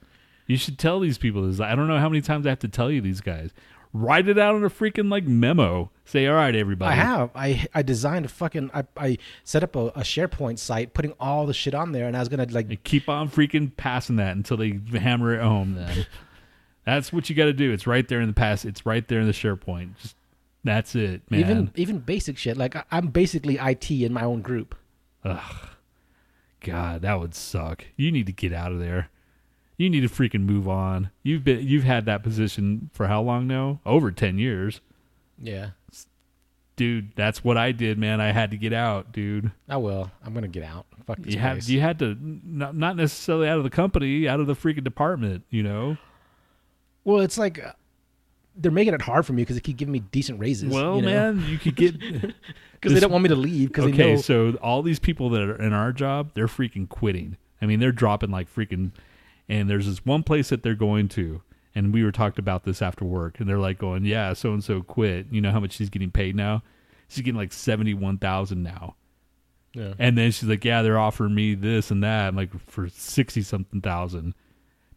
Speaker 1: you should tell these people this i don't know how many times i have to tell you these guys write it out in a freaking like memo say all right everybody
Speaker 2: I have. I I designed a fucking. I, I set up a, a SharePoint site, putting all the shit on there, and I was gonna like.
Speaker 1: And keep on freaking passing that until they hammer it home then that's what you got to do it's right there in the past it's right there in the sharepoint just that's it man
Speaker 2: Even even basic shit like I, I'm basically IT in my own group.
Speaker 1: God, that would suck. You need to get out of there. You need to freaking move on. You've been you've had that position for how long now? Over 10 years.
Speaker 2: Yeah,
Speaker 1: Dude, that's what I did, man. I had to get out, dude.
Speaker 2: I will. I'm gonna get out. Fuck this
Speaker 1: You had
Speaker 2: place.
Speaker 1: you had to not, not necessarily out of the company, out of the freaking department, you know.
Speaker 2: well, it's like uh, they're making it hard for me because they keep giving me decent raises.
Speaker 1: Well,
Speaker 2: you know?
Speaker 1: man, you could get
Speaker 2: because they
Speaker 1: this-
Speaker 2: don't want me to leave because they
Speaker 1: Okay,
Speaker 2: know.
Speaker 1: so all these people that are in our job, they're freaking quitting. I mean, they're dropping like freaking. And there's this one place that they're going to, and we were talked about this after work, and they're like going, "Yeah, so and so quit. You know how much she's getting paid now? She's getting like seventy one thousand now."
Speaker 2: Yeah.
Speaker 1: And then she's like, "Yeah, they're offering me this and that, I'm like for sixty something thousand.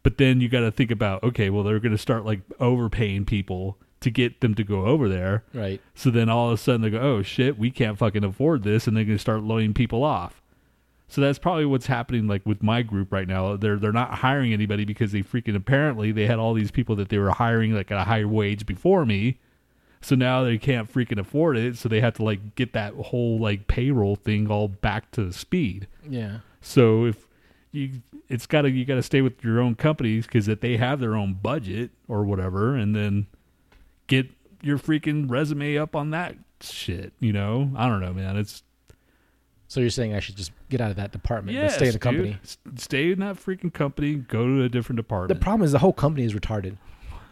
Speaker 1: But then you got to think about, okay, well, they're going to start like overpaying people to get them to go over there,
Speaker 2: right.
Speaker 1: so then all of a sudden they go, oh shit, we can't fucking afford this, and they're gonna start laying people off. So that's probably what's happening like with my group right now. They're they're not hiring anybody because they freaking apparently they had all these people that they were hiring like at a higher wage before me. So now they can't freaking afford it, so they have to like get that whole like payroll thing all back to speed.
Speaker 2: Yeah.
Speaker 1: So if you, it's gotta you gotta stay with your own companies because that they have their own budget or whatever, and then get your freaking resume up on that shit. You know, I don't know, man. It's
Speaker 2: So you're saying I should just get out of that department,
Speaker 1: yeah,
Speaker 2: but stay in the company.
Speaker 1: stay in that freaking company. Go to a different
Speaker 2: The
Speaker 1: department.
Speaker 2: problem is the whole company is retarded.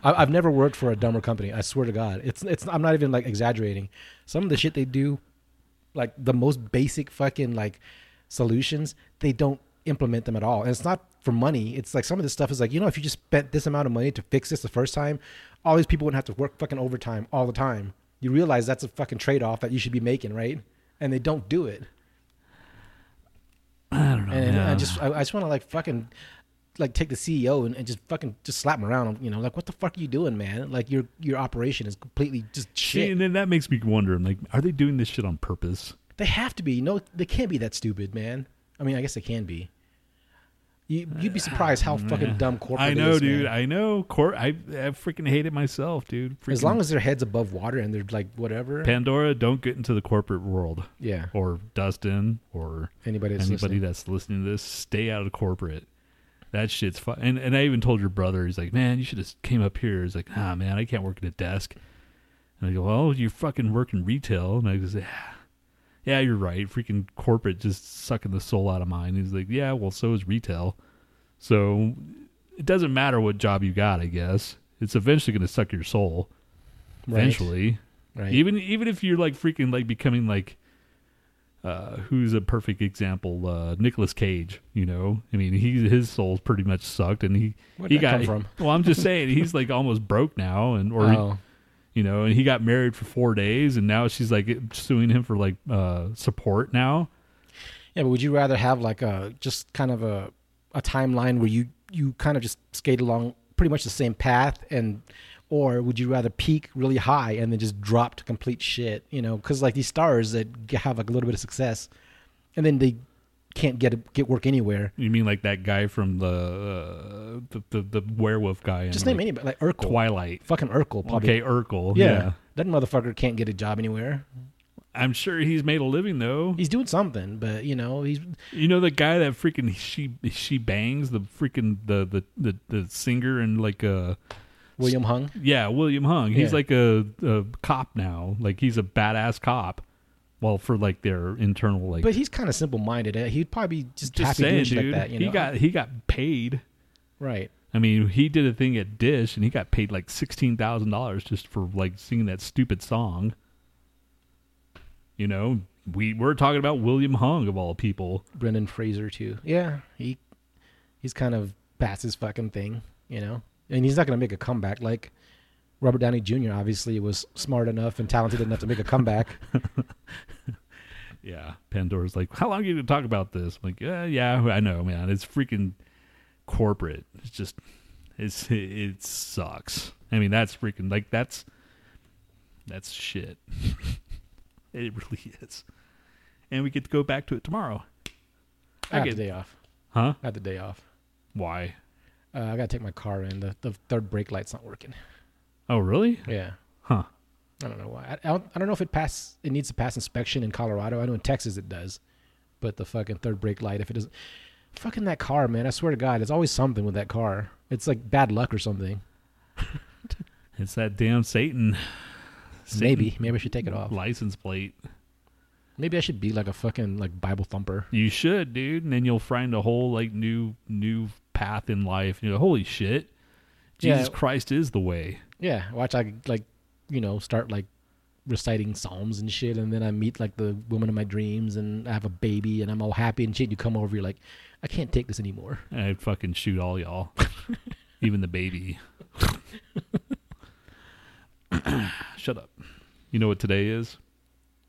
Speaker 2: I, I've never worked for a dumber company. I swear to God, it's it's. I'm not even like exaggerating. Some of the shit they do, like the most basic fucking like solutions, they don't implement them at all. And it's not for money. It's like some of this stuff is like you know if you just spent this amount of money to fix this the first time, all these people wouldn't have to work fucking overtime all the time. You realize that's a fucking trade off that you should be making, right? And they don't do it.
Speaker 1: I don't know.
Speaker 2: And
Speaker 1: man.
Speaker 2: I just I, I just want to like fucking like take the CEO and, and just fucking just slap him around. You know, like what the fuck are you doing, man? Like your your operation is completely just
Speaker 1: See,
Speaker 2: shit.
Speaker 1: and then that makes me wonder. I'm like, are they doing this shit on purpose?
Speaker 2: They have to be. No, they can't be that stupid, man. I mean, I guess they can be. You, you'd be surprised how fucking dumb corporate.
Speaker 1: I know,
Speaker 2: is,
Speaker 1: dude.
Speaker 2: man.
Speaker 1: I know. Cor- I, I freaking hate it myself, dude.
Speaker 2: as long as their heads above water and they're like whatever.
Speaker 1: Pandora don't get into the corporate world,
Speaker 2: yeah.
Speaker 1: or Dustin, or
Speaker 2: Anybody that's
Speaker 1: anybody
Speaker 2: listening.
Speaker 1: that's listening to this, stay out of corporate. That shit's fun. And, and I even told your brother, he's like, man, you should have came up here. He's like, ah, man, I can't work at a desk. And I go, well, you fucking work in retail. And I just, yeah, yeah, you're right. Freaking corporate just sucking the soul out of mine. He's like, yeah, well, so is retail. So it doesn't matter what job you got, I guess. It's eventually going to suck your soul.
Speaker 2: Right.
Speaker 1: Eventually.
Speaker 2: Right.
Speaker 1: Even even if you're like freaking like becoming like uh who's a perfect example, uh Nicolas Cage, you know. I mean he his soul's pretty much sucked and he
Speaker 2: Where'd
Speaker 1: he
Speaker 2: that
Speaker 1: got
Speaker 2: come from?
Speaker 1: Well I'm just saying he's like almost broke now and or he-
Speaker 2: oh,
Speaker 1: you know, and he got married for four days and now she's like suing him for like uh support now.
Speaker 2: yeah. But would you rather have like a just kind of a a timeline where you you kind of just skate along pretty much the same path and or would you rather peak really high and then just drop to complete shit you know because like these stars that g- have like a little bit of success and then they can't get a, get work anywhere
Speaker 1: You mean like that guy from the uh, the, the the werewolf guy in
Speaker 2: just
Speaker 1: like,
Speaker 2: name anybody like Urkel
Speaker 1: Twilight.
Speaker 2: fucking Urkel probably
Speaker 1: Okay, Urkel.
Speaker 2: yeah.
Speaker 1: yeah.
Speaker 2: that motherfucker can't get a job anywhere
Speaker 1: I'm sure he's made a living though.
Speaker 2: he's doing something but you know he's
Speaker 1: You know the guy that freaking she she bangs the freaking the the the, the singer and like uh
Speaker 2: William Hung
Speaker 1: yeah William Hung. He's
Speaker 2: Yeah.
Speaker 1: like a, a cop now. Like he's a badass cop. Well, for like their internal like.
Speaker 2: but he's kind of simple minded he'd probably be just,
Speaker 1: just
Speaker 2: happy
Speaker 1: saying,
Speaker 2: doing shit
Speaker 1: dude.
Speaker 2: like that you know
Speaker 1: He got he got paid.
Speaker 2: right
Speaker 1: I mean, he did a thing at Dish and he got paid like sixteen thousand dollars just for like singing that stupid song. You know, we we're talking about William Hung of all people.
Speaker 2: Brendan Fraser too. Yeah, he he's kind of past his fucking thing, you know. And he's not going to make a comeback like Robert Downey Jr. Obviously was smart enough and talented enough to make a comeback.
Speaker 1: Yeah, Pandora's like, how long are you gonna talk about this? I'm like, yeah, yeah, I know, man. It's freaking corporate. It's just, it's it sucks. I mean, that's freaking like that's that's shit. it really is. And we get to go back to it tomorrow, I
Speaker 2: I, had
Speaker 1: get-
Speaker 2: the day off.
Speaker 1: huh?
Speaker 2: I had the day off.
Speaker 1: Why?
Speaker 2: Uh, I got to take my car in. The, the third brake light's not working.
Speaker 1: Oh, really?
Speaker 2: Yeah.
Speaker 1: Huh?
Speaker 2: I don't know why. I, I, don't, I don't know if it pass. It needs to pass inspection in Colorado. I know in Texas it does, but the fucking third brake light. If it doesn't, fucking that car, man. I swear to God, it's always something with that car. It's like bad luck or something.
Speaker 1: It's that damn Satan. Satan
Speaker 2: Maybe, maybe I should take it off.
Speaker 1: license plate.
Speaker 2: Maybe I should be like a fucking like Bible thumper.
Speaker 1: You should, dude, and then you'll find a whole like new new path in life. You know, holy shit, Jesus
Speaker 2: Yeah.
Speaker 1: Christ is the way.
Speaker 2: Yeah, watch I like you know start like reciting psalms and shit, and then I meet like the woman of my dreams, and I have a baby, and I'm all happy and shit. You come over, you're like, I can't take this anymore.
Speaker 1: And I'd fucking shoot all y'all, even the baby. Shut up. You know what today is?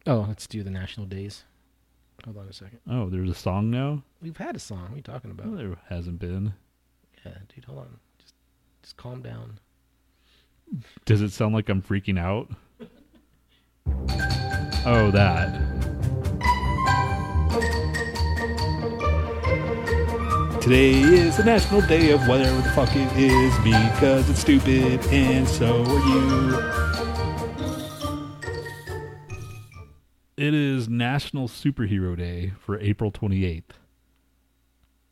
Speaker 2: Oh, let's do the national days. Hold on a second.
Speaker 1: Oh, there's a song now.
Speaker 2: We've had a song. What are you talking about?
Speaker 1: No, there hasn't been.
Speaker 2: Yeah, dude, hold on. Just just calm down.
Speaker 1: Does it sound like I'm freaking out? Oh, that. Today is the National Day of whatever the fuck it is because it's stupid and so are you. It is National Superhero Day for April 28th.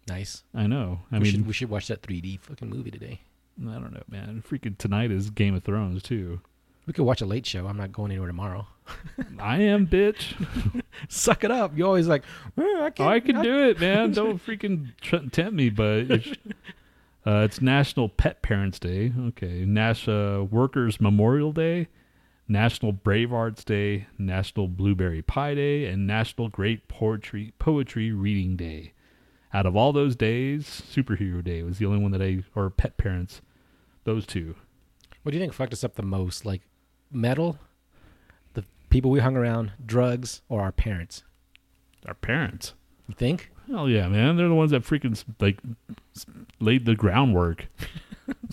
Speaker 2: Nice.
Speaker 1: I know. I
Speaker 2: we
Speaker 1: mean,
Speaker 2: should we should watch that 3D fucking movie today.
Speaker 1: I don't know, man. Freaking tonight is Game of Thrones, too.
Speaker 2: We could watch a late show. I'm not going anywhere tomorrow.
Speaker 1: I am, bitch.
Speaker 2: Suck it up. You're always like, "Eh, I
Speaker 1: Oh,
Speaker 2: can't.
Speaker 1: I can do it, man. Don't freaking tr- tempt me. But it's, uh, it's National Pet Parents Day. Okay, Nash uh, Workers Memorial Day, National Brave Arts Day, National Blueberry Pie Day, and National Great Poetry Poetry Reading Day. Out of all those days, Superhero Day was the only one that I or Pet Parents. Those two.
Speaker 2: What do you think fucked us up the most? Like metal, the people we hung around, drugs, or our parents?
Speaker 1: Our parents.
Speaker 2: You think?
Speaker 1: Hell yeah, man! They're the ones that freaking like laid the groundwork,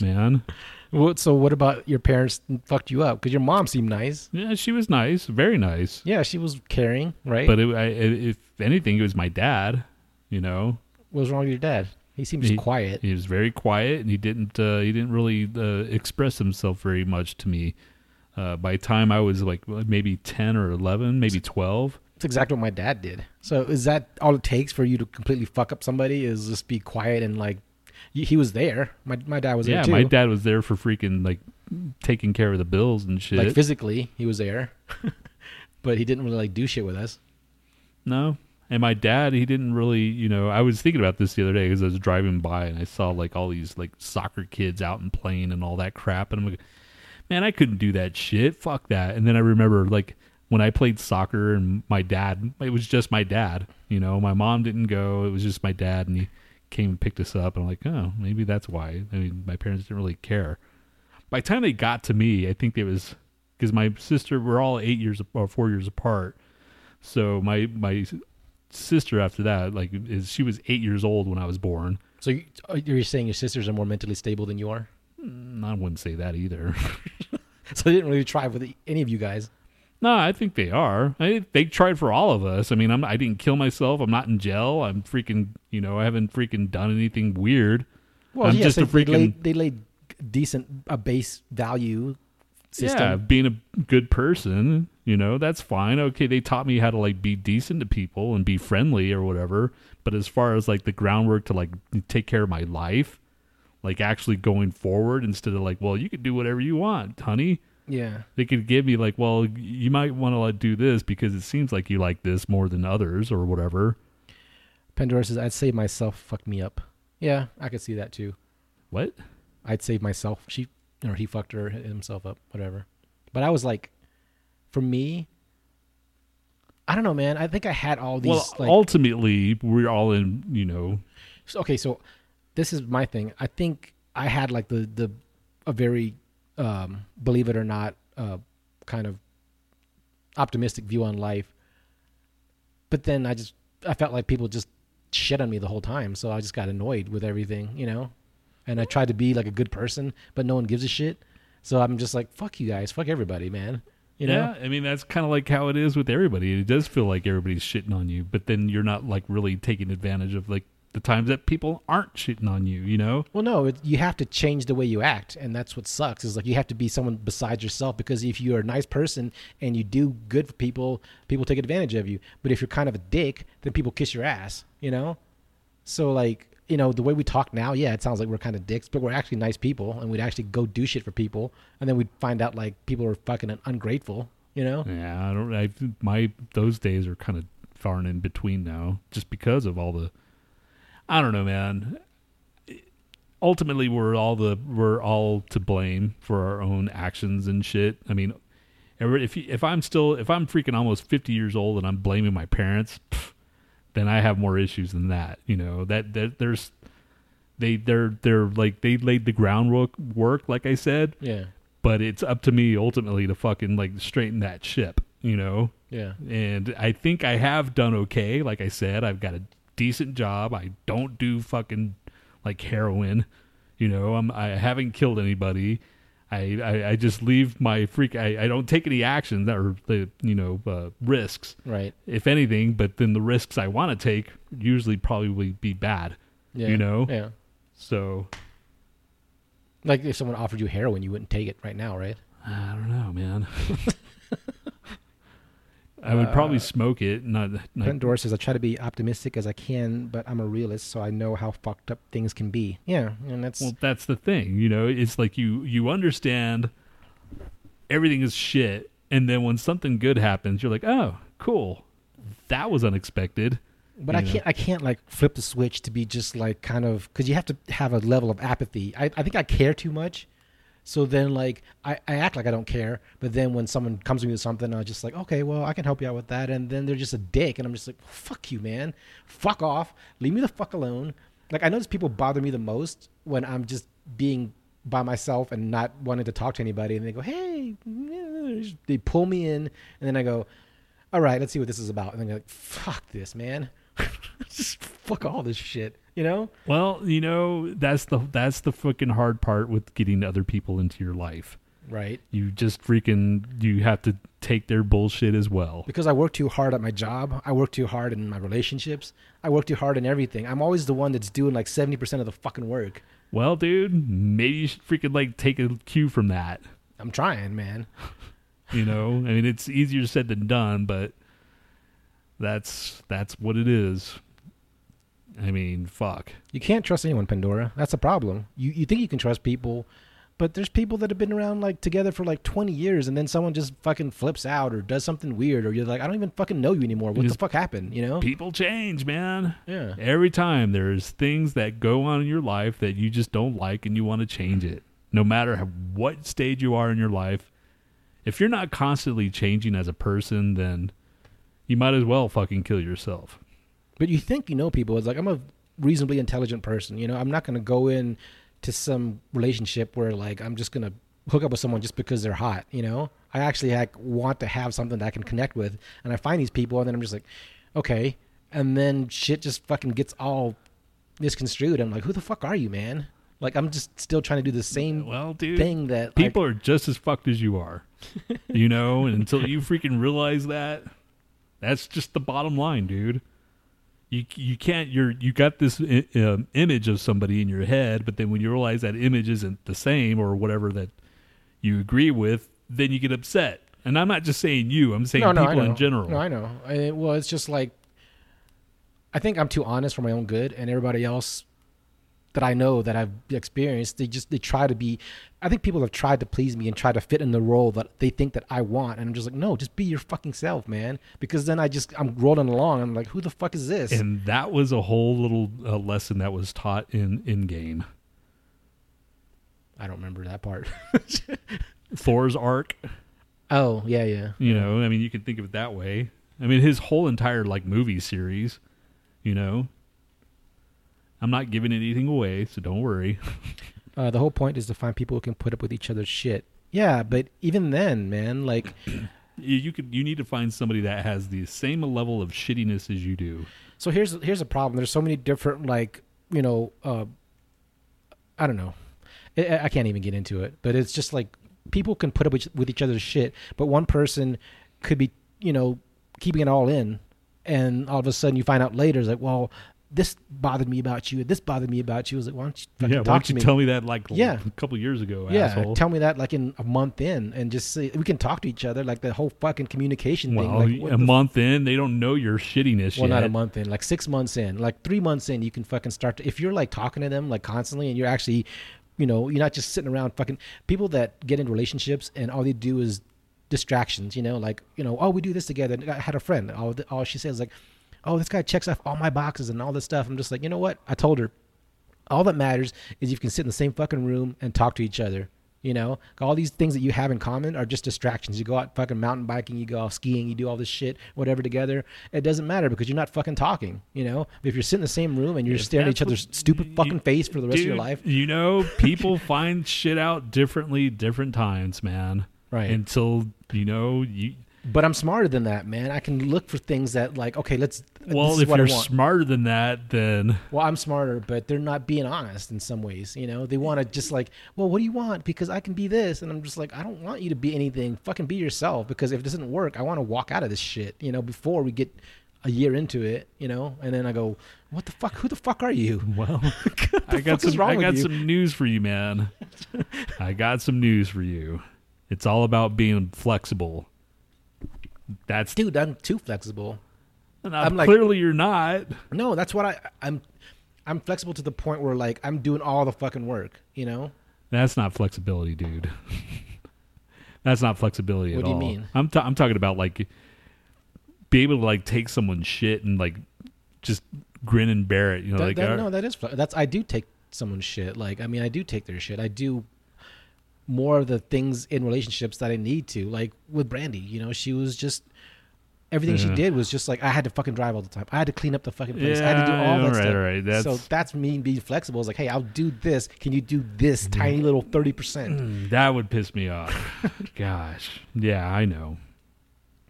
Speaker 1: man.
Speaker 2: What, so what about your parents fucked you up? Because your mom seemed nice.
Speaker 1: Yeah, she was nice, very nice.
Speaker 2: Yeah, she was caring, right?
Speaker 1: But it, I, it, if anything, it was my dad. You know,
Speaker 2: what was wrong with your dad? He seemed
Speaker 1: He-
Speaker 2: just quiet.
Speaker 1: he was very quiet, and he didn't uh, he didn't really uh, express himself very much to me. Uh, by the time I was like maybe ten or eleven, maybe twelve,
Speaker 2: That's exactly what my dad did. So is that all it takes for you to completely fuck up somebody? Is just be quiet and like, y- he was there. My my dad was
Speaker 1: yeah,
Speaker 2: there too.
Speaker 1: my dad was there for freaking like taking care of the bills and shit.
Speaker 2: like physically, he was there, but he didn't really like do shit with us.
Speaker 1: No. And my dad, he didn't really, you know, I was thinking about this the other day because I was driving by and I saw like all these like soccer kids out and playing and all that crap. And I'm like, man, I couldn't do that shit. Fuck that. And then I remember like when I played soccer and my dad, it was just my dad, you know, my mom didn't go. It was just my dad and he came and picked us up. And I'm like, oh, maybe that's why. I mean, my parents didn't really care. By the time they got to me, I think it was because my sister, we're all eight years or four years apart. So my my sister after that, like, is she was eight years old when I was born.
Speaker 2: So you, are you saying your sisters are more mentally stable than you are?
Speaker 1: Mm, I wouldn't say that either.
Speaker 2: So they didn't really try with any of you guys.
Speaker 1: no, I think they are. I, they tried for all of us. I mean, I'm I didn't kill myself. I'm not in jail. I'm freaking. You know, I haven't freaking done anything weird.
Speaker 2: Well,
Speaker 1: I'm
Speaker 2: yes,
Speaker 1: just a
Speaker 2: they, they
Speaker 1: freaking-
Speaker 2: laid, they laid decent a base value
Speaker 1: Yeah,
Speaker 2: system.
Speaker 1: being a good person. You know, that's fine. Okay, they taught me how to like be decent to people and be friendly or whatever. But as far as like the groundwork to like take care of my life, like actually going forward instead of like, well, you can do whatever you want, honey.
Speaker 2: Yeah.
Speaker 1: they could give me like, well, you might want to like do this because it seems like you like this more than others or whatever.
Speaker 2: Pandora says, I'd save myself, fuck me up. Yeah, I could see that too.
Speaker 1: What?
Speaker 2: I'd save myself. She or he fucked her himself up, whatever. But I was like, for me, I don't know, man. I think I had all these.
Speaker 1: well,
Speaker 2: like,
Speaker 1: ultimately, we're all in, you know,
Speaker 2: So- okay so this is my thing i think i had like the the a very um believe it or not uh kind of optimistic view on life but then i just i felt like people just shit on me the whole time so i just got annoyed with everything you know and i tried to be like a good person but no one gives a shit so i'm just like fuck you guys fuck everybody man you know
Speaker 1: yeah. I mean, that's kind of like how it is with everybody. It does feel like everybody's shitting on you, but then you're not like really taking advantage of like the times that people aren't shitting on you. You know?
Speaker 2: Well, no, it, you have to change the way you act, and that's what sucks. Is like you have to be someone besides yourself because if you're a nice person and you do good for people, people take advantage of you. But if you're kind of a dick, then people kiss your ass. You know, so like you know the way we talk now, yeah, it sounds like we're kind of dicks, but we're actually nice people, and we'd actually go do shit for people, and then we'd find out like people are fucking ungrateful. You know,
Speaker 1: Yeah. I don't. I my those days are kind of far and in between now, just because of all the. I don't know, man. ultimately we're all the we're all to blame for our own actions and shit. I mean, every- if you- if I'm still if I'm freaking almost 50 years old and I'm blaming my parents, pff, then I have more issues than that. You know that that there's they they're they're like they laid the groundwork work like I said,
Speaker 2: yeah,
Speaker 1: but it's up to me ultimately to fucking like straighten that ship. You know,
Speaker 2: yeah.
Speaker 1: and I think I have done okay. Like I said, I've got a decent job. I don't do fucking like heroin. You know, I'm I haven't killed anybody. I, I, I just leave my freak. I, I don't take any action that are the you know uh, risks,
Speaker 2: Right.
Speaker 1: if anything. But then the risks I want to take usually probably will be bad.
Speaker 2: Yeah.
Speaker 1: You know?
Speaker 2: Yeah.
Speaker 1: So
Speaker 2: Like if someone offered you heroin, you wouldn't take it right now, right?
Speaker 1: I don't know, man. I would probably smoke it. Not like,
Speaker 2: Pandora says, I try to be optimistic as I can, but I'm a realist, so I know how fucked up things can be. Yeah, and that's
Speaker 1: Well, that's the thing, you know. It's like you you understand everything is shit, and then when something good happens, you're like, oh, cool, that was unexpected.
Speaker 2: but I
Speaker 1: you know.
Speaker 2: can't I can't like flip the switch to be just like kind of because you have to have a level of apathy. I, I think I care too much, so then like I, I act like I don't care, but then when someone comes to me with something, I'm just like, okay, well I can help you out with that, and then they're just a dick, and I'm just like, fuck you, man, fuck off, leave me the fuck alone. Like I notice people bother me the most when I'm just being by myself and not wanting to talk to anybody, and they go, hey, they pull me in, and then I go, all right, let's see what this is about. And then you're like, fuck this, man. Just fuck all this shit, you know?
Speaker 1: Well, you know that's the that's the freaking hard part with getting other people into your life.
Speaker 2: Right.
Speaker 1: You just freaking you have to take their bullshit as well.
Speaker 2: Because I work too hard at my job. I work too hard in my relationships. I work too hard in everything. I'm always the one that's doing like 70% of the fucking work.
Speaker 1: Well, dude, maybe you should freaking like take a cue from that.
Speaker 2: I'm trying, man.
Speaker 1: You know, I mean, it's easier said than done, but that's that's what it is. I mean, fuck.
Speaker 2: You can't trust anyone, Pandora. That's a problem. You you think you can trust people, but there's people that have been around like together for like 20 years, and then someone just fucking flips out or does something weird, or you're like, I don't even fucking know you anymore. What the
Speaker 1: Just-
Speaker 2: fuck happened? You know?
Speaker 1: People change, man.
Speaker 2: Yeah.
Speaker 1: Every time there's things that go on in your life that you just don't like and you want to change it. No matter how- what stage you are in your life, if you're not constantly changing as a person, then you might as well fucking kill yourself.
Speaker 2: But you think you know people. It's like I'm a reasonably intelligent person. You know, I'm not gonna go in to some relationship where like I'm just gonna hook up with someone just because they're hot. You know, I actually like want to have something that I can connect with, and I find these people, and then I'm just like, okay, and then shit just fucking gets all misconstrued. I'm like, who the fuck are you, man? Like I'm just still trying to do the same
Speaker 1: Well, dude,
Speaker 2: thing that like,
Speaker 1: people are just as fucked as you are. you know, and until you freaking realize that, that's just the bottom line, dude. You you can't you're you got this i- um, image of somebody in your head, but then when you realize that image isn't the same or whatever that you agree with, then you get upset. And I'm not just saying you; I'm saying
Speaker 2: I
Speaker 1: people
Speaker 2: know.
Speaker 1: in general.
Speaker 2: No, I know. I, well, it's just like I think I'm too honest for my own good, and everybody else that I know that I've experienced, they just they try to be. I think people have tried to please me and try to fit in the role that they think that I want, and I'm just like, no, just be your fucking self, man. Because then I just I'm rolling along. I'm like, who the fuck is this?
Speaker 1: and that was a whole little uh, lesson that was taught in in game
Speaker 2: I don't remember that part.
Speaker 1: Thor's arc.
Speaker 2: oh yeah, yeah.
Speaker 1: You know, I mean, you can think of it that way. I mean, his whole entire like movie series. You know, I'm not giving anything away, so don't worry.
Speaker 2: Uh, the whole point is to find people who can put up with each other's shit. Yeah, but even then, man, like
Speaker 1: You, you could you need to find somebody that has the same level of shittiness as you do.
Speaker 2: So here's here's a problem. There's so many different like you know, uh, I don't know. I, I can't even get into it, but it's just like people can put up with, with each other's shit, but one person could be you know keeping it all in, and all of a sudden you find out later it's like, well, this bothered me about you, and this bothered me about you. It's like, why don't you fucking
Speaker 1: yeah,
Speaker 2: talk
Speaker 1: why don't
Speaker 2: to
Speaker 1: you
Speaker 2: me?
Speaker 1: tell me that like
Speaker 2: Yeah.
Speaker 1: a couple years ago,
Speaker 2: yeah,
Speaker 1: asshole?
Speaker 2: tell me that like in a month in, and just see we can talk to each other like the whole fucking communication
Speaker 1: well,
Speaker 2: thing. Like, what
Speaker 1: a
Speaker 2: the
Speaker 1: month in, they don't know your shittiness
Speaker 2: Well,
Speaker 1: yet.
Speaker 2: not a month in, like six months in, like three months in, you can fucking start to. If you're like talking to them like constantly, and you're actually, you know, you're not just sitting around fucking people that get into relationships and all they do is distractions. You know, like you know, oh, we do this together. And I had a friend. All the- all she says like, oh, this guy checks off all my boxes and all this stuff. I'm just like, you know what? I told her, all that matters is you can sit in the same fucking room and talk to each other. You know, all these things that you have in common are just distractions. You go out fucking mountain biking, you go off skiing, you do all this shit, whatever together. It doesn't matter because you're not fucking talking. You know, if you're sitting in the same room and you're staring at
Speaker 1: that's
Speaker 2: each other's
Speaker 1: what-
Speaker 2: stupid
Speaker 1: you-
Speaker 2: fucking face for the rest of your
Speaker 1: Dude,
Speaker 2: life,
Speaker 1: You know, people find shit out differently, different times, man.
Speaker 2: Right.
Speaker 1: Until you know you.
Speaker 2: but I'm smarter than that, man. I can look for things that like, okay, let's. this
Speaker 1: Well,
Speaker 2: is
Speaker 1: if
Speaker 2: what
Speaker 1: you're
Speaker 2: I want.
Speaker 1: smarter than that, then
Speaker 2: well, I'm smarter, but they're not being honest in some ways. You know, they want to just like, well, what do you want? Because I can be this, and I'm just like, I don't want you to be anything. Fucking be yourself. Because if it doesn't work, I want to walk out of this shit. You know, before we get a year into it. You know, and then I go, what the fuck? Who the fuck are you?
Speaker 1: well, I got
Speaker 2: fuck is
Speaker 1: some.
Speaker 2: wrong
Speaker 1: I
Speaker 2: with
Speaker 1: got
Speaker 2: you?
Speaker 1: some news for you, man. I got some news for you. It's all about being flexible. That's
Speaker 2: Dude, I'm too flexible.
Speaker 1: and
Speaker 2: I'm like-
Speaker 1: clearly you're not.
Speaker 2: No, that's what I. I'm. I'm flexible to the point where like I'm doing all the fucking work. You know.
Speaker 1: That's not flexibility, dude. That's not flexibility
Speaker 2: What
Speaker 1: at
Speaker 2: do you
Speaker 1: all.
Speaker 2: mean?
Speaker 1: I'm ta- I'm talking about like be able to like take someone's shit and like just grin and bear it. You know,
Speaker 2: That-
Speaker 1: like
Speaker 2: that-
Speaker 1: uh,
Speaker 2: no, that is fl- that's I do take someone's shit. Like I mean, I do take their shit. I do more of the things in relationships that I need to. Like with Brandy, you know, she was just everything she
Speaker 1: Yeah.
Speaker 2: did was just like I had to fucking drive all the time. I had to clean up the fucking place. I had to do
Speaker 1: Yeah,
Speaker 2: all that
Speaker 1: all right,
Speaker 2: stuff.
Speaker 1: all right. That's-
Speaker 2: So that's me being flexible. It's like, hey, I'll do this. Can you do this
Speaker 1: Mm-hmm.
Speaker 2: tiny little thirty percent?
Speaker 1: mm, That would piss me off. Gosh. Yeah, I know.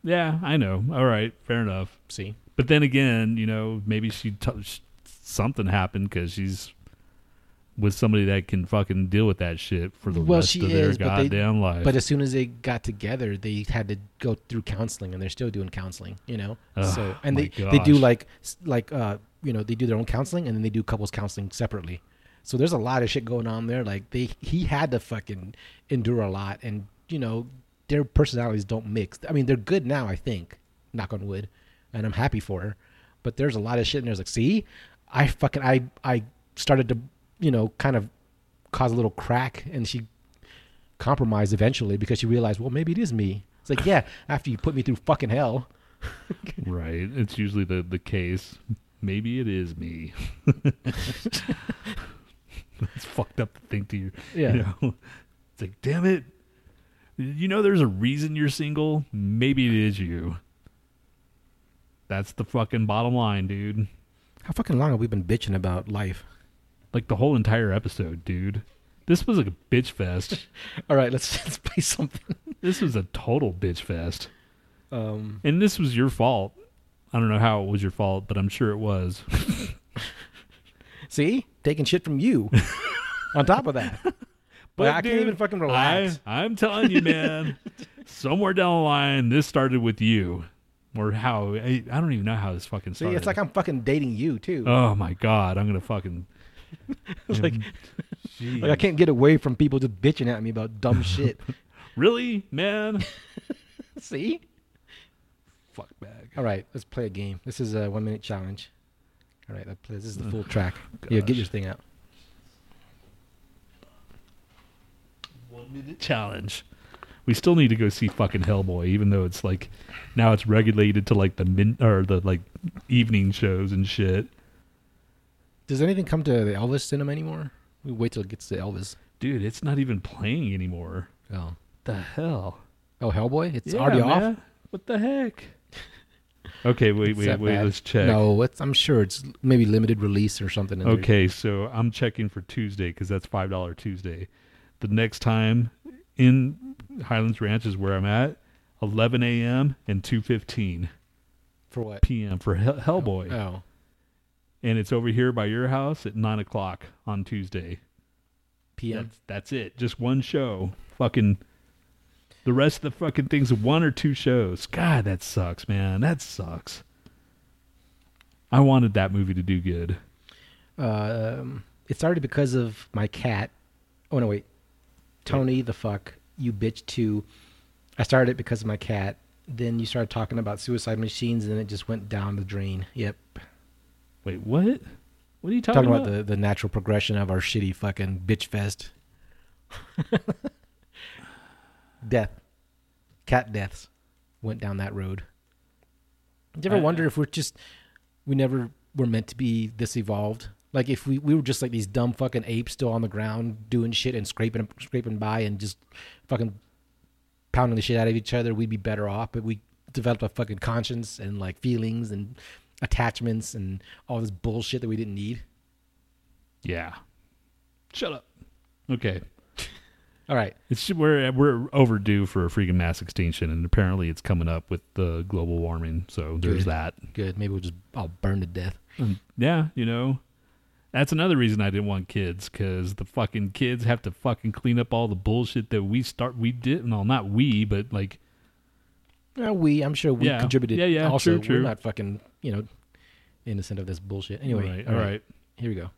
Speaker 1: Yeah, I know. All right, fair enough.
Speaker 2: See,
Speaker 1: But then again, you know, maybe she t- sh- something happened because she's with somebody that can fucking deal with that shit for the
Speaker 2: Well,
Speaker 1: rest
Speaker 2: she
Speaker 1: of their
Speaker 2: is, but they-
Speaker 1: goddamn life.
Speaker 2: But as soon as they got together, they had to go through counseling, and they're still doing counseling, you know.
Speaker 1: Ugh,
Speaker 2: so and
Speaker 1: my
Speaker 2: they they do
Speaker 1: gosh.
Speaker 2: like s- like uh you know they do their own counseling, and then they do couples counseling separately. So there's a lot of shit going on there. Like they he had to fucking endure a lot, and you know their personalities don't mix. I mean they're good now, I think. Knock on wood, and I'm happy for her. But there's a lot of shit, and there's like, see, I fucking I I started to you know kind of cause a little crack, and she compromised eventually because she realized, well, maybe it is me. It's like, yeah, after you put me through fucking hell.
Speaker 1: right. It's usually the, the case. Maybe it is me. That's fucked up to think to you.
Speaker 2: Yeah.
Speaker 1: You know? It's like, damn it. You know there's a reason you're single? Maybe it is you. That's the fucking bottom line, dude.
Speaker 2: How fucking long have we been bitching about life?
Speaker 1: Like the whole entire episode, dude. This was a bitch fest.
Speaker 2: All right, let's, let's play something.
Speaker 1: this was a total bitch fest.
Speaker 2: Um,
Speaker 1: And this was your fault. I don't know how it was your fault, but I'm sure it was.
Speaker 2: see, taking shit from you. On top of that, but I can't
Speaker 1: dude,
Speaker 2: even fucking relax.
Speaker 1: I, I'm telling you, man. somewhere down the line, this started with you, or how I, I don't even know how this fucking
Speaker 2: see,
Speaker 1: started.
Speaker 2: it's like I'm fucking dating you too.
Speaker 1: oh my god, I'm gonna fucking
Speaker 2: It's like,
Speaker 1: Jeez.
Speaker 2: like I can't get away from people just bitching at me about dumb shit.
Speaker 1: really, man.
Speaker 2: see?
Speaker 1: Fuck bag.
Speaker 2: All right, let's play a game. This is a one minute challenge. All right, let's play- this is the full track. Yeah, get your thing out.
Speaker 1: One minute challenge. We still need to go see fucking Hellboy, even though it's like now it's regulated to like the min or the like evening shows and shit.
Speaker 2: Does anything come to the Elvis cinema anymore? We wait till it gets to Elvis.
Speaker 1: Dude, it's not even playing anymore.
Speaker 2: Oh.
Speaker 1: The hell.
Speaker 2: Oh, Hellboy? It's
Speaker 1: Yeah,
Speaker 2: already off?
Speaker 1: man. What the heck? Okay, wait,
Speaker 2: Is
Speaker 1: wait,
Speaker 2: that
Speaker 1: wait.
Speaker 2: bad?
Speaker 1: Let's check.
Speaker 2: No, it's, I'm sure it's maybe limited release or something. and they're-
Speaker 1: Okay, so I'm checking for Tuesday because that's five dollar Tuesday. The next time in Highlands Ranch is where I'm at, 11 a.m. and 2:15
Speaker 2: For what?
Speaker 1: p.m. for Hell- Hellboy,
Speaker 2: Oh.
Speaker 1: and it's over here by your house at nine o'clock on Tuesday.
Speaker 2: PM.
Speaker 1: That's, that's it. Just one show. Fucking. The rest of the fucking things one or two shows. God, that sucks, man. That sucks. I wanted that movie to do good.
Speaker 2: Um, it started because of my cat. Oh, no, wait. Tony the fuck, you bitch too. I started it because of my cat. Then you started talking about suicide machines, and then it just went down the drain. Yep.
Speaker 1: Wait, what? What are you talking,
Speaker 2: Talking about the, the natural progression of our shitty fucking bitch fest. Death. Cat deaths went down that road. Did you ever
Speaker 1: I-
Speaker 2: wonder if we're just, we never were meant to be this evolved? Like if we, we were just like these dumb fucking apes still on the ground doing shit and scraping scraping by and just fucking pounding the shit out of each other, we'd be better off. But we developed a fucking conscience and like feelings and attachments and all this bullshit that we didn't need.
Speaker 1: Yeah. Shut up. Okay.
Speaker 2: All right.
Speaker 1: It's we're we're overdue for a freaking mass extinction, and apparently it's coming up with the global warming. So there's
Speaker 2: Good.
Speaker 1: that.
Speaker 2: Good. Maybe we'll just I'll burn to death.
Speaker 1: And Mm. yeah, you know, that's another reason I didn't want kids because the fucking kids have to fucking clean up all the bullshit that we start we did. Well, not we, but like
Speaker 2: Uh, we I'm sure we
Speaker 1: Yeah.
Speaker 2: contributed.
Speaker 1: Yeah, yeah,
Speaker 2: Also,
Speaker 1: true, true.
Speaker 2: we're not fucking you know innocent of this bullshit. Anyway.
Speaker 1: Right, all right.
Speaker 2: Here we go.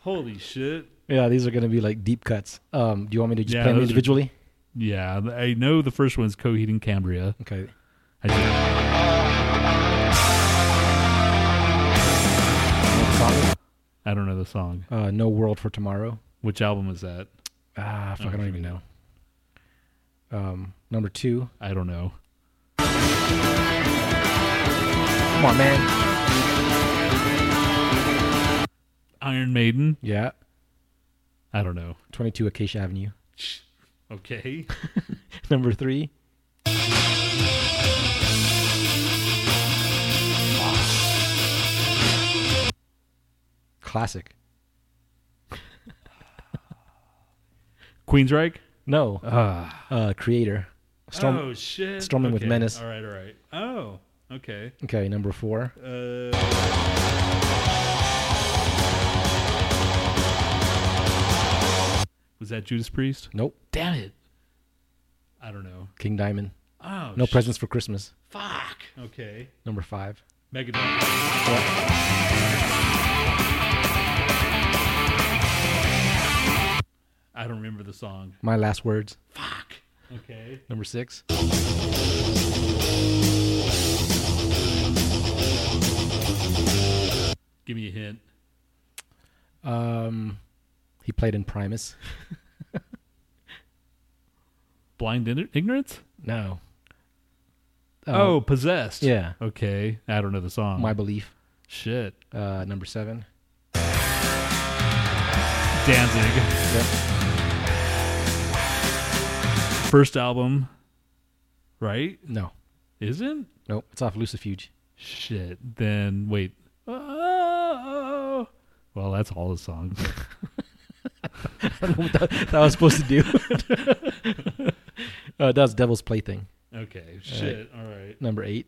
Speaker 1: Holy shit!
Speaker 2: Yeah, these are gonna be like deep cuts. Um, do you want me to just
Speaker 1: Yeah,
Speaker 2: play them
Speaker 1: those are-
Speaker 2: individually?
Speaker 1: Yeah, th- I know the first one's Coheed and Cambria.
Speaker 2: Okay.
Speaker 1: I just,
Speaker 2: Song?
Speaker 1: I don't know the song.
Speaker 2: Uh, no world for tomorrow.
Speaker 1: Which album is that?
Speaker 2: Ah, fuck, I
Speaker 1: Okay.
Speaker 2: don't even know. Um, number two.
Speaker 1: I don't know.
Speaker 2: Come on, man.
Speaker 1: Iron Maiden.
Speaker 2: Yeah,
Speaker 1: I don't know.
Speaker 2: twenty-two Acacia Avenue.
Speaker 1: Okay.
Speaker 2: Number three. Classic.
Speaker 1: Queensryche.
Speaker 2: No.
Speaker 1: Ah.
Speaker 2: Uh, creator. Storm.
Speaker 1: oh shit.
Speaker 2: Storming with
Speaker 1: Okay.
Speaker 2: Menace.
Speaker 1: All right. All right. Oh. Okay.
Speaker 2: Okay, number four.
Speaker 1: Uh, was that Judas Priest?
Speaker 2: Nope.
Speaker 1: Damn it. I don't know.
Speaker 2: King Diamond.
Speaker 1: Oh.
Speaker 2: No
Speaker 1: sh-
Speaker 2: presents for Christmas.
Speaker 1: Fuck. Okay.
Speaker 2: Number five.
Speaker 1: Megadeth. I don't remember the song.
Speaker 2: My last words.
Speaker 1: Fuck. Okay.
Speaker 2: Number six.
Speaker 1: Give me a hint.
Speaker 2: Um, he played in Primus.
Speaker 1: Blind in- ignorance.
Speaker 2: No.
Speaker 1: oh, possessed.
Speaker 2: yeah.
Speaker 1: Okay. I don't know the song.
Speaker 2: My belief.
Speaker 1: shit.
Speaker 2: Uh, number seven.
Speaker 1: Danzig.
Speaker 2: Yep.
Speaker 1: First album. Right?
Speaker 2: No.
Speaker 1: Isn't?
Speaker 2: Nope. It's off Lucifuge.
Speaker 1: Shit. Then wait. Oh. Well, that's all the songs.
Speaker 2: I don't know what that, that was supposed to do. uh, that was Devil's Plaything.
Speaker 1: okay. Shit. All right.
Speaker 2: Number eight.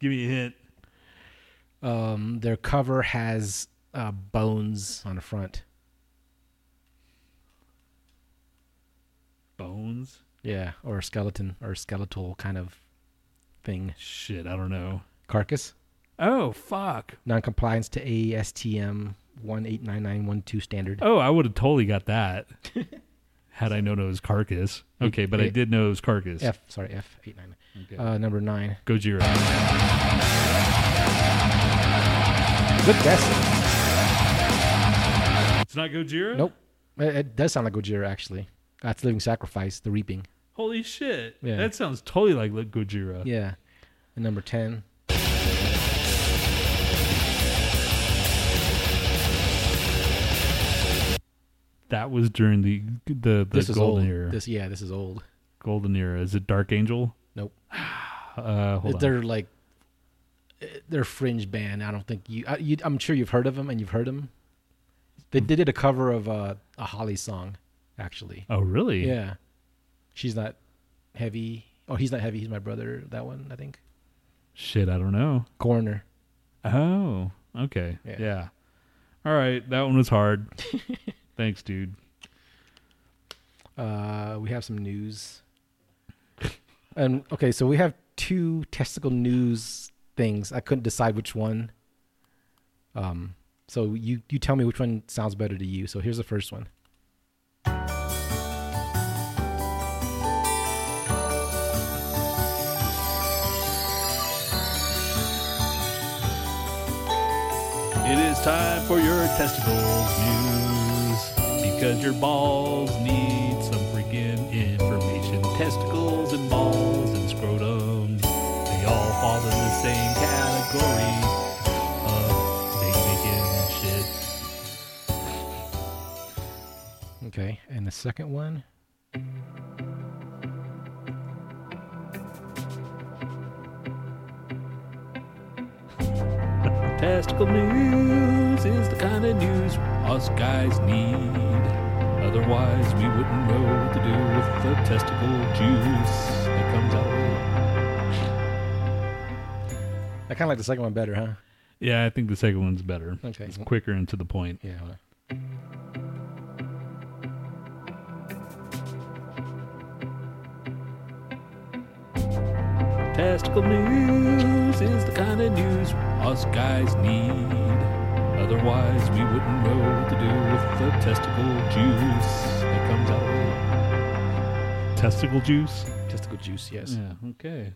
Speaker 1: Give me a hint.
Speaker 2: Um, their cover has uh, bones on the front.
Speaker 1: Bones.
Speaker 2: Yeah, or a skeleton or skeletal kind of thing.
Speaker 1: Shit. I don't know.
Speaker 2: Carcass.
Speaker 1: Oh fuck.
Speaker 2: Noncompliance to ASTM 189912 standard.
Speaker 1: Oh, I would have totally got that had I known it was carcass. Okay, but I
Speaker 2: hey.
Speaker 1: did know it was carcass.
Speaker 2: F. Sorry, F. 899.
Speaker 1: Okay.
Speaker 2: Uh, number nine.
Speaker 1: Gojira.
Speaker 2: Good guess.
Speaker 1: It's not Gojira.
Speaker 2: Nope. It, it does sound like Gojira, actually. That's Living Sacrifice, The Reaping.
Speaker 1: Holy shit.
Speaker 2: Yeah.
Speaker 1: That sounds totally like Li- Gojira.
Speaker 2: Yeah. And number 10.
Speaker 1: That was during the the, the
Speaker 2: This is
Speaker 1: golden
Speaker 2: old.
Speaker 1: era.
Speaker 2: This, yeah, this is old.
Speaker 1: Golden era. Is it Dark Angel?
Speaker 2: Nope.
Speaker 1: Uh, hold on.
Speaker 2: they're like eh, they're a fringe band. I don't think you, I, you. I'm sure you've heard of them and you've heard them. They, they did a cover of uh, a Holly song, actually.
Speaker 1: Oh, really?
Speaker 2: Yeah, she's not heavy. Oh, he's not heavy. He's my brother. That one, I think.
Speaker 1: Shit, I don't know.
Speaker 2: Coroner.
Speaker 1: Oh, okay.
Speaker 2: Yeah.
Speaker 1: Yeah. All right, that one was hard. Thanks, dude.
Speaker 2: Uh, we have some news. and okay, so we have two testicle news things. I couldn't decide which one. Um, so you you tell me which one sounds better to you. So here's the first one.
Speaker 1: It is time for your testicles news because your balls need some freaking information. Testicles and balls and scrotum, they all fall in the same category of baby and shit.
Speaker 2: Okay, and the second one.
Speaker 1: Testicle news is the kind of news us guys need. Otherwise, we wouldn't know what to do with the testicle juice that comes out.
Speaker 2: I kind of like the second one better, huh?
Speaker 1: Yeah, I think the second one's better.
Speaker 2: Okay.
Speaker 1: It's quicker and to the point.
Speaker 2: Yeah. hold on.
Speaker 1: Testicle news This is the kind of news us guys need. Otherwise, we wouldn't know what to do with the testicle juice that comes out of it. Testicle juice?
Speaker 2: Testicle juice, yes.
Speaker 1: Yeah, okay.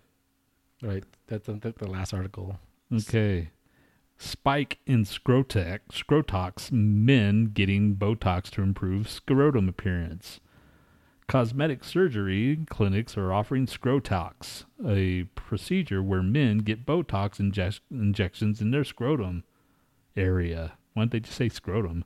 Speaker 2: Mm. Right. That's the, that the last article.
Speaker 1: Okay. Spike in scrotex, scrotox, men getting Botox to improve scrotum appearance. Cosmetic surgery clinics are offering scrotox, a procedure where men get Botox injec- injections in their scrotum area. Why don't they just say scrotum?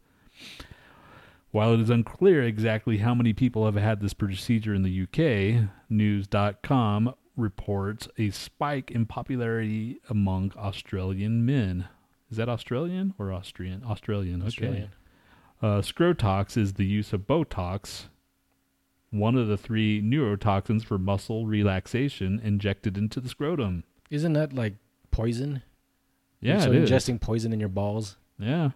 Speaker 1: While it is unclear exactly how many people have had this procedure in the UK, News.com reports a spike in popularity among Australian men. Is that Australian or Austrian? Australian. Okay.
Speaker 2: Australian.
Speaker 1: Uh, scrotox is the use of Botox, one of the three neurotoxins for muscle relaxation injected into the scrotum.
Speaker 2: Isn't that like poison?
Speaker 1: Yeah,
Speaker 2: so
Speaker 1: it is.
Speaker 2: ingesting poison in your balls.
Speaker 1: Yeah.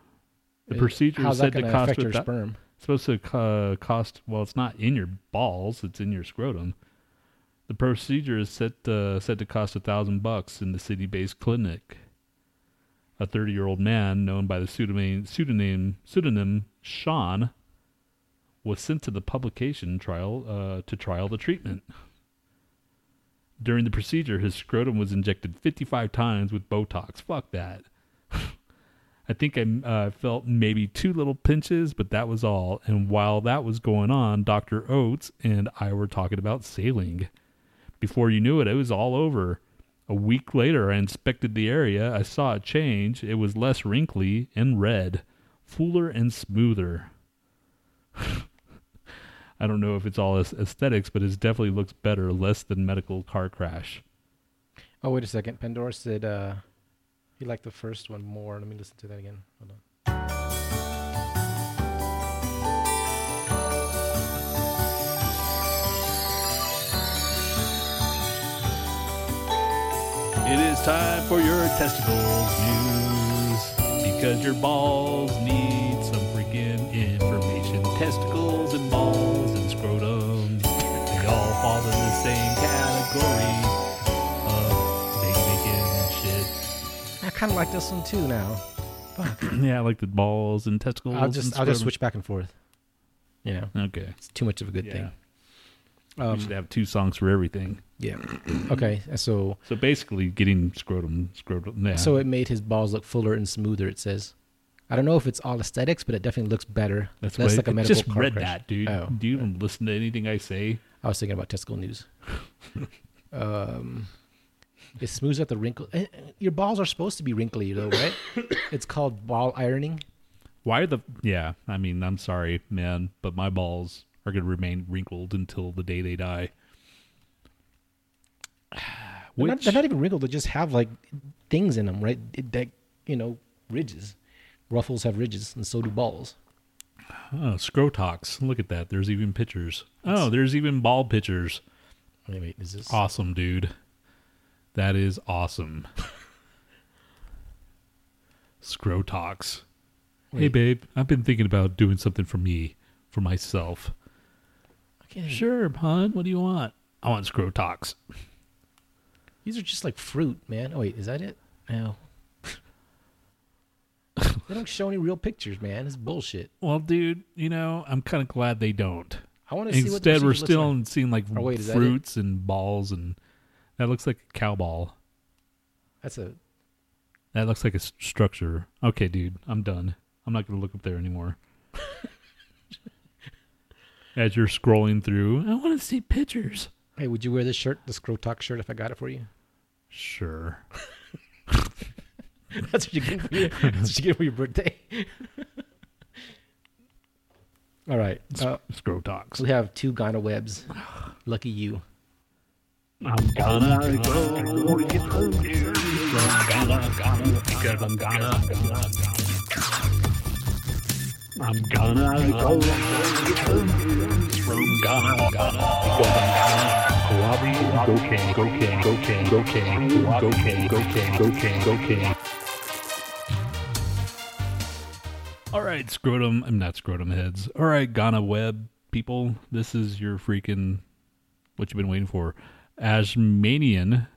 Speaker 1: The
Speaker 2: It-
Speaker 1: procedure is
Speaker 2: How's
Speaker 1: said
Speaker 2: that
Speaker 1: to
Speaker 2: gonna
Speaker 1: cost
Speaker 2: affect your
Speaker 1: with-
Speaker 2: sperm?
Speaker 1: supposed to uh, cost well it's not in your balls it's in your scrotum the procedure is set uh, said to cost a thousand bucks in the city-based clinic a 30-year-old man known by the pseudonym pseudonym pseudonym sean was sent to the publication trial uh, to trial the treatment during the procedure his scrotum was injected 55 times with botox fuck that I think I uh, felt maybe two little pinches, but that was all. And while that was going on, Dr. Oates and I were talking about sailing. Before you knew it, it was all over. A week later, I inspected the area. I saw a change. It was less wrinkly and red, fuller and smoother. I don't know if it's all aes- aesthetics, but it definitely looks better, less than medical car crash.
Speaker 2: Oh, wait a second. Pandora said uh, he liked the first one more. Let me listen to that again. Hold on.
Speaker 1: It is time for your testicles news because your balls need some freaking information. Testicles and balls and scrotum, they all fall in the same category of baby
Speaker 2: I kind of like this one too now.
Speaker 1: and shit. yeah, like the balls and testicles.
Speaker 2: I'll just I'll just switch back and forth. You know,
Speaker 1: Okay,
Speaker 2: it's too much of a good
Speaker 1: yeah.
Speaker 2: thing. Um,
Speaker 1: we should have two songs for everything.
Speaker 2: yeah. okay. So
Speaker 1: So basically, getting scrotum, scrotum. Yeah.
Speaker 2: so it made his balls look fuller and smoother. It says. I don't know if it's all aesthetics, but it definitely looks better.
Speaker 1: that's what
Speaker 2: Less like
Speaker 1: I
Speaker 2: a medical
Speaker 1: just
Speaker 2: car
Speaker 1: read
Speaker 2: crash.
Speaker 1: that, dude.
Speaker 2: Oh.
Speaker 1: Do you even listen to anything I say?
Speaker 2: I was thinking about testicle news. um, it smooths out the wrinkle. eh, eh, Your balls are supposed to be wrinkly, though, right? it's called ball ironing.
Speaker 1: Why the yeah? I mean, I'm sorry, man, but my balls are gonna remain wrinkled until the day they die.
Speaker 2: They're not,
Speaker 1: Which
Speaker 2: they're not even wrinkled. They just have like things in them, right? It, that you know, ridges. Ruffles have ridges, and so do balls.
Speaker 1: oh, scrotox. Look at that. There's even pictures. Oh, there's even ball pictures.
Speaker 2: Wait, wait, is this?
Speaker 1: Awesome, dude. That is awesome. scrotox. Hey,
Speaker 2: Wait.
Speaker 1: babe. I've been thinking about doing something for me, for myself.
Speaker 2: Okay.
Speaker 1: Sure, hon. What do you want? I want scrotox.
Speaker 2: These are just like fruit, man. Oh wait, is that it? No. they don't show any real pictures, man. It's bullshit.
Speaker 1: Well, dude, you know, I'm kind of glad they don't.
Speaker 2: I want to see what the
Speaker 1: Instead, we're
Speaker 2: procedure looks
Speaker 1: still
Speaker 2: like.
Speaker 1: seeing like
Speaker 2: Oh, wait, is that it?
Speaker 1: fruits and balls, and that looks like a cow ball.
Speaker 2: That's a
Speaker 1: That looks like a s- structure. Okay, dude, I'm done. I'm not gonna look up there anymore. As you're scrolling through, I want to see pictures.
Speaker 2: hey. Would you wear this shirt, the Scrotox shirt, if I got it for you?
Speaker 1: Sure.
Speaker 2: That's what you get for your, that's what you get for your birthday. All right. Uh,
Speaker 1: Scrotox.
Speaker 2: we have two Ghana webs. Lucky you.
Speaker 1: I'm gonna go get some news from Ghana, Ghana, because I'm Ghana, Ghana, Ghana. I'm gonna go get some news from Ghana, Ghana, because I'm Ghana. Koabi, go can, go can, go can, go can, go can, go can, go can, go can. All right, scrotum. I'm not scrotum heads. All right, Ghana web people. This is your freaking what you've been waiting for. Ashmanian,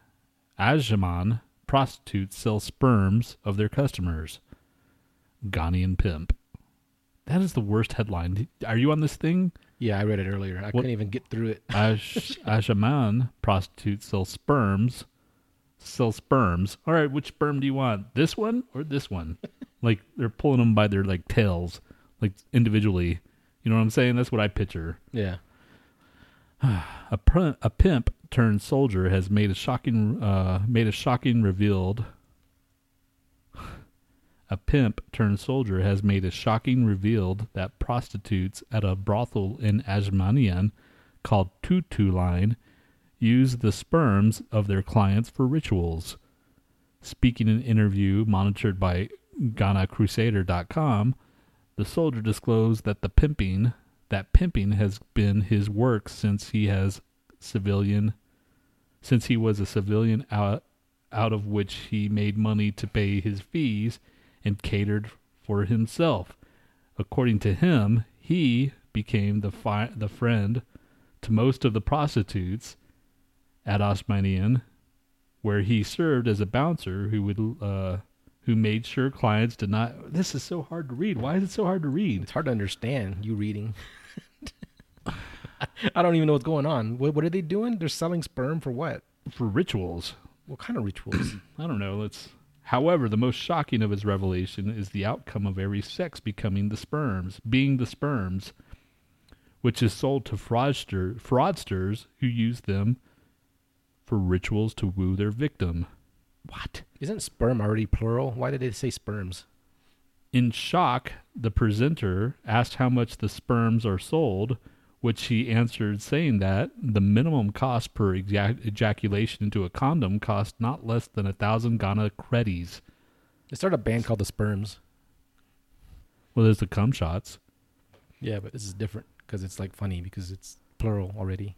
Speaker 1: Ashman prostitutes sell sperms of their customers. Ghanaian pimp. That is the worst headline. Are you on this thing?
Speaker 2: Yeah, I read it earlier. I couldn't even get through it.
Speaker 1: Ash Ashaman prostitutes sell sperms. Sell sperms. All right, which sperm do you want? This one or this one? like they're pulling them by their like tails, like individually. You know what I'm saying? That's what I picture.
Speaker 2: Yeah.
Speaker 1: A, pr- a pimp turned soldier has made a shocking uh, made a shocking revealed. A pimp turned soldier has made a shocking revealed that prostitutes at a brothel in Ajmanian called Tutu Line use the sperms of their clients for rituals. Speaking in an interview monitored by GhanaCrusader.com, the soldier disclosed that the pimping that pimping has been his work since he has civilian since he was a civilian out, out of which he made money to pay his fees and catered for himself. According to him, he became the fi- the friend to most of the prostitutes at Osmanian, where he served as a bouncer who would uh, who made sure clients did not. This is so hard to read. Why is it so hard to read?
Speaker 2: It's hard to understand you reading. I don't even know what's going on. What, what are they doing? They're selling sperm for what?
Speaker 1: For rituals,
Speaker 2: What kind of rituals?
Speaker 1: I don't know. Let's. However, the most shocking of his revelation is the outcome of every sex becoming the sperms, being the sperms, which is sold to fraudster, fraudsters who use them for rituals to woo their victim. What?
Speaker 2: Isn't sperm already plural? Why did they say sperms?
Speaker 1: In shock, the presenter asked how much the sperms are sold, which he answered saying that the minimum cost per ejac- ejaculation into a condom cost not less than a thousand Ghana credis.
Speaker 2: They started a band called the Sperms.
Speaker 1: Well, there's the cum shots.
Speaker 2: Yeah, but this is different because it's like funny because it's plural already.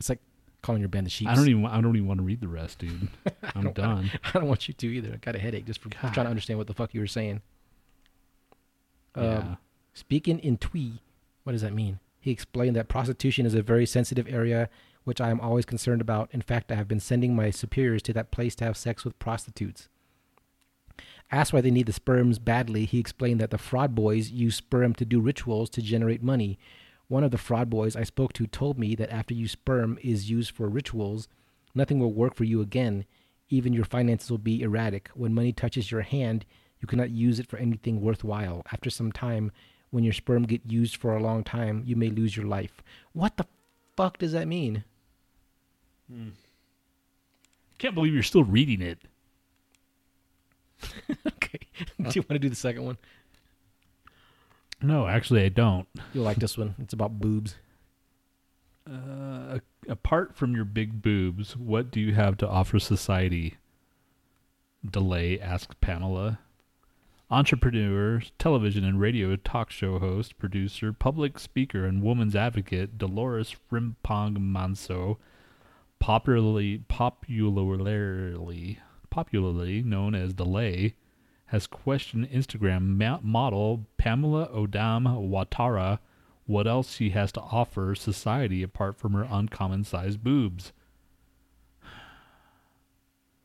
Speaker 2: It's like calling your band the Sheep.
Speaker 1: I don't e- even. I don't even want to read the rest, dude. I'm done.
Speaker 2: I don't want you to either. I got a headache just for trying to understand what the fuck you were saying. Um,
Speaker 1: Yeah.
Speaker 2: Speaking in Twi, what does that mean? He explained that prostitution is a very sensitive area, which I am always concerned about. In fact, I have been sending my superiors to that place to have sex with prostitutes. Asked why they need the sperms badly, he explained that the fraud boys use sperm to do rituals to generate money. One of the fraud boys I spoke to told me that after you sperm is used for rituals, nothing will work for you again. Even your finances will be erratic. When money touches your hand, you cannot use it for anything worthwhile. After some time, when your sperm get used for a long time, you may lose your life. What the fuck does that mean?
Speaker 1: Can't believe you're still reading it.
Speaker 2: okay. do you want to do the second one?
Speaker 1: No, actually, I don't.
Speaker 2: You'll like this one. It's about boobs.
Speaker 1: Uh, apart from your big boobs, what do you have to offer society? Delay asked Pamela. Entrepreneur, television and radio talk show host, producer, public speaker, and woman's advocate Dolores Frimpong Manso, popularly popularly popularly known as Delay, has questioned Instagram ma- model Pamela Odam Watara what else she has to offer society apart from her uncommon sized boobs.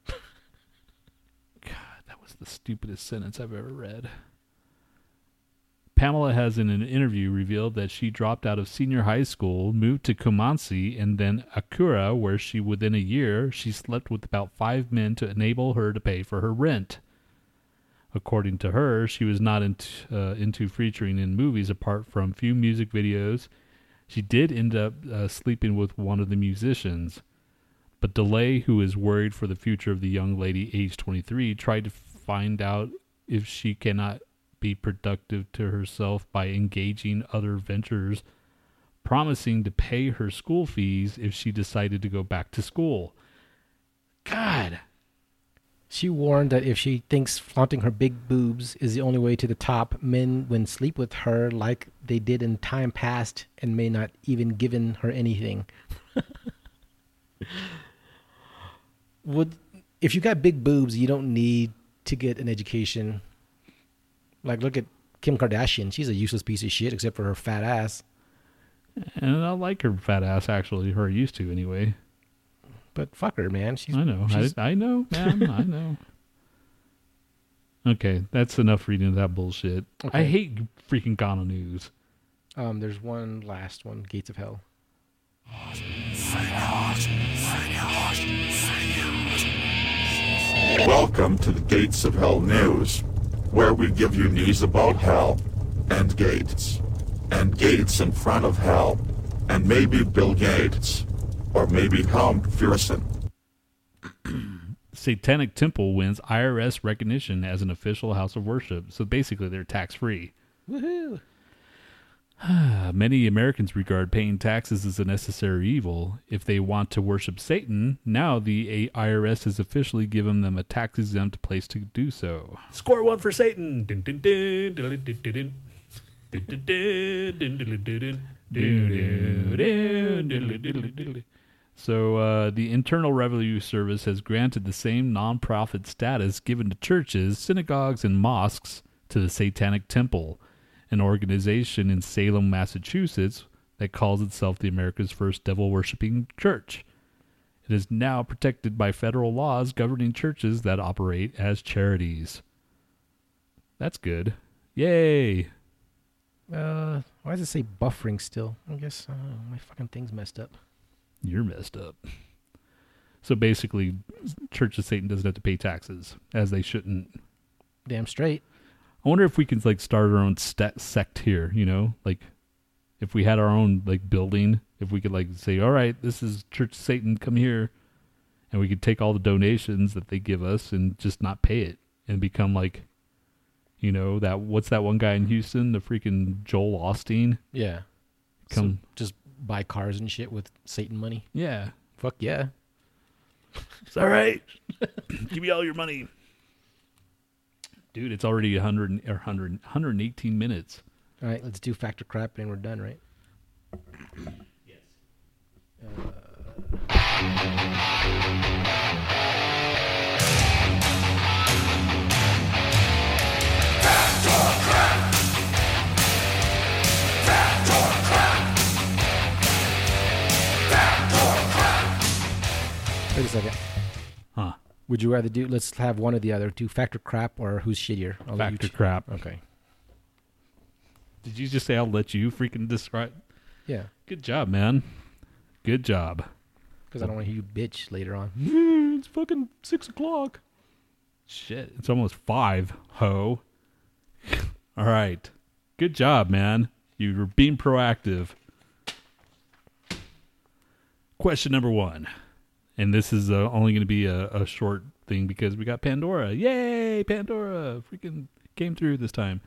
Speaker 1: God, that was the stupidest sentence I've ever read. Pamela has in an interview revealed that she dropped out of senior high school, moved to Kumansi and then Akura where she within a year she slept with about 5 men to enable her to pay for her rent. According to her, she was not into, uh, into featuring in movies apart from few music videos. She did end up uh, sleeping with one of the musicians. But DeLay, who is worried for the future of the young lady aged 23, tried to find out if she cannot be productive to herself by engaging other ventures, promising to pay her school fees if she decided to go back to school. God.
Speaker 2: She warned that if she thinks flaunting her big boobs is the only way to the top, men would sleep with her like they did in time past and may not even given her anything. would if you got big boobs, you don't need to get an education. Like look at Kim Kardashian, she's a useless piece of shit except for her fat ass.
Speaker 1: And I like her fat ass, actually, her used to anyway.
Speaker 2: But fuck her, man. She's
Speaker 1: I know. I,
Speaker 2: she's-
Speaker 1: I know, man. I know. Okay, that's enough reading of that bullshit. I
Speaker 2: Okay.
Speaker 1: hate freaking Ghana news.
Speaker 2: um, there's one last one, Gates of Hell.
Speaker 4: Welcome to the Gates of Hell News, where we give you news about hell, and gates, and gates in front of hell, and maybe Bill Gates, or maybe Hal McPherson.
Speaker 1: Satanic Temple wins IRS recognition as an official house of worship. So basically, they're tax free.
Speaker 2: Woohoo!
Speaker 1: Uh, many Americans regard paying taxes as a necessary evil. If they want to worship Satan, now the IRS has officially given them a tax exempt place to do so. Score one for Satan! Dun, dun, dun, dun, dun, dun, dun. Dun, dun, dun, dun, dun, dun, dun, dun, dun, dun, dun, dun, dun, dun. So, uh, the Internal Revenue Service has granted the same nonprofit status given to churches, synagogues, and mosques to the Satanic Temple, an organization in Salem, Massachusetts that calls itself the America's first devil worshipping church. It is now protected by federal laws governing churches that operate as charities. That's good. Yay!
Speaker 2: Uh, why does it say buffering still? I guess I don't know, my fucking thing's messed up.
Speaker 1: You're messed up. So basically, Church of Satan doesn't have to pay taxes, as they shouldn't.
Speaker 2: Damn straight.
Speaker 1: I wonder if we can like start our own st- sect here. You know, like if we had our own like building, if we could like say, all right, this is Church of Satan, come here, and we could take all the donations that they give us and just not pay it and become like, you know, that what's that one guy in Houston, the freaking Joel Austin?
Speaker 2: Yeah.
Speaker 1: Come,
Speaker 2: Just buy cars and shit with Satan money.
Speaker 1: yeah,
Speaker 2: Fuck yeah.
Speaker 1: It's all right. Give me all your money. Dude, it's already 100 and- or 100, 118 minutes.
Speaker 2: All right, let's do factor crap and we're done, right? Yes. Wait a second.
Speaker 1: Huh.
Speaker 2: Would you rather do? Let's have one or the other. Do factor crap or who's shittier? I'll let you
Speaker 1: Factor
Speaker 2: ch-
Speaker 1: crap.
Speaker 2: Okay.
Speaker 1: Did you just say I'll let you freaking describe?
Speaker 2: Yeah.
Speaker 1: Good job, man. Good job.
Speaker 2: Because I don't want to hear you bitch later on.
Speaker 1: It's fucking six o'clock. Shit, it's almost five, ho. All right. Good job, man. You were being proactive. Question number one. And this is uh, only going to be a, a short thing because we got Pandora. Yay, Pandora. Freaking came through this time.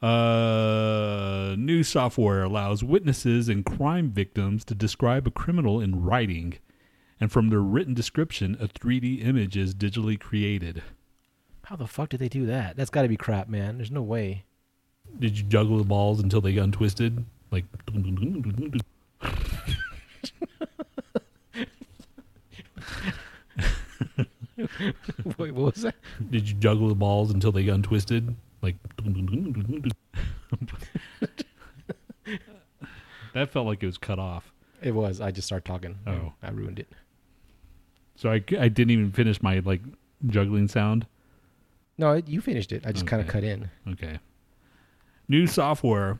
Speaker 1: Uh, new software allows witnesses and crime victims to describe a criminal in writing and from their written description, a 3D image is digitally created.
Speaker 2: How the fuck did they do that? That's got to be crap, man. There's no way.
Speaker 1: Did you juggle the balls until they untwisted? Like,
Speaker 2: Wait, what was that?
Speaker 1: did you juggle the balls until they untwisted? Like, that felt like it was cut off.
Speaker 2: It was. I just started talking.
Speaker 1: Oh.
Speaker 2: I ruined it.
Speaker 1: So I, I didn't even finish my like juggling sound.
Speaker 2: No, it, you finished it. I just kind of
Speaker 1: Okay.
Speaker 2: cut in.
Speaker 1: Okay. New software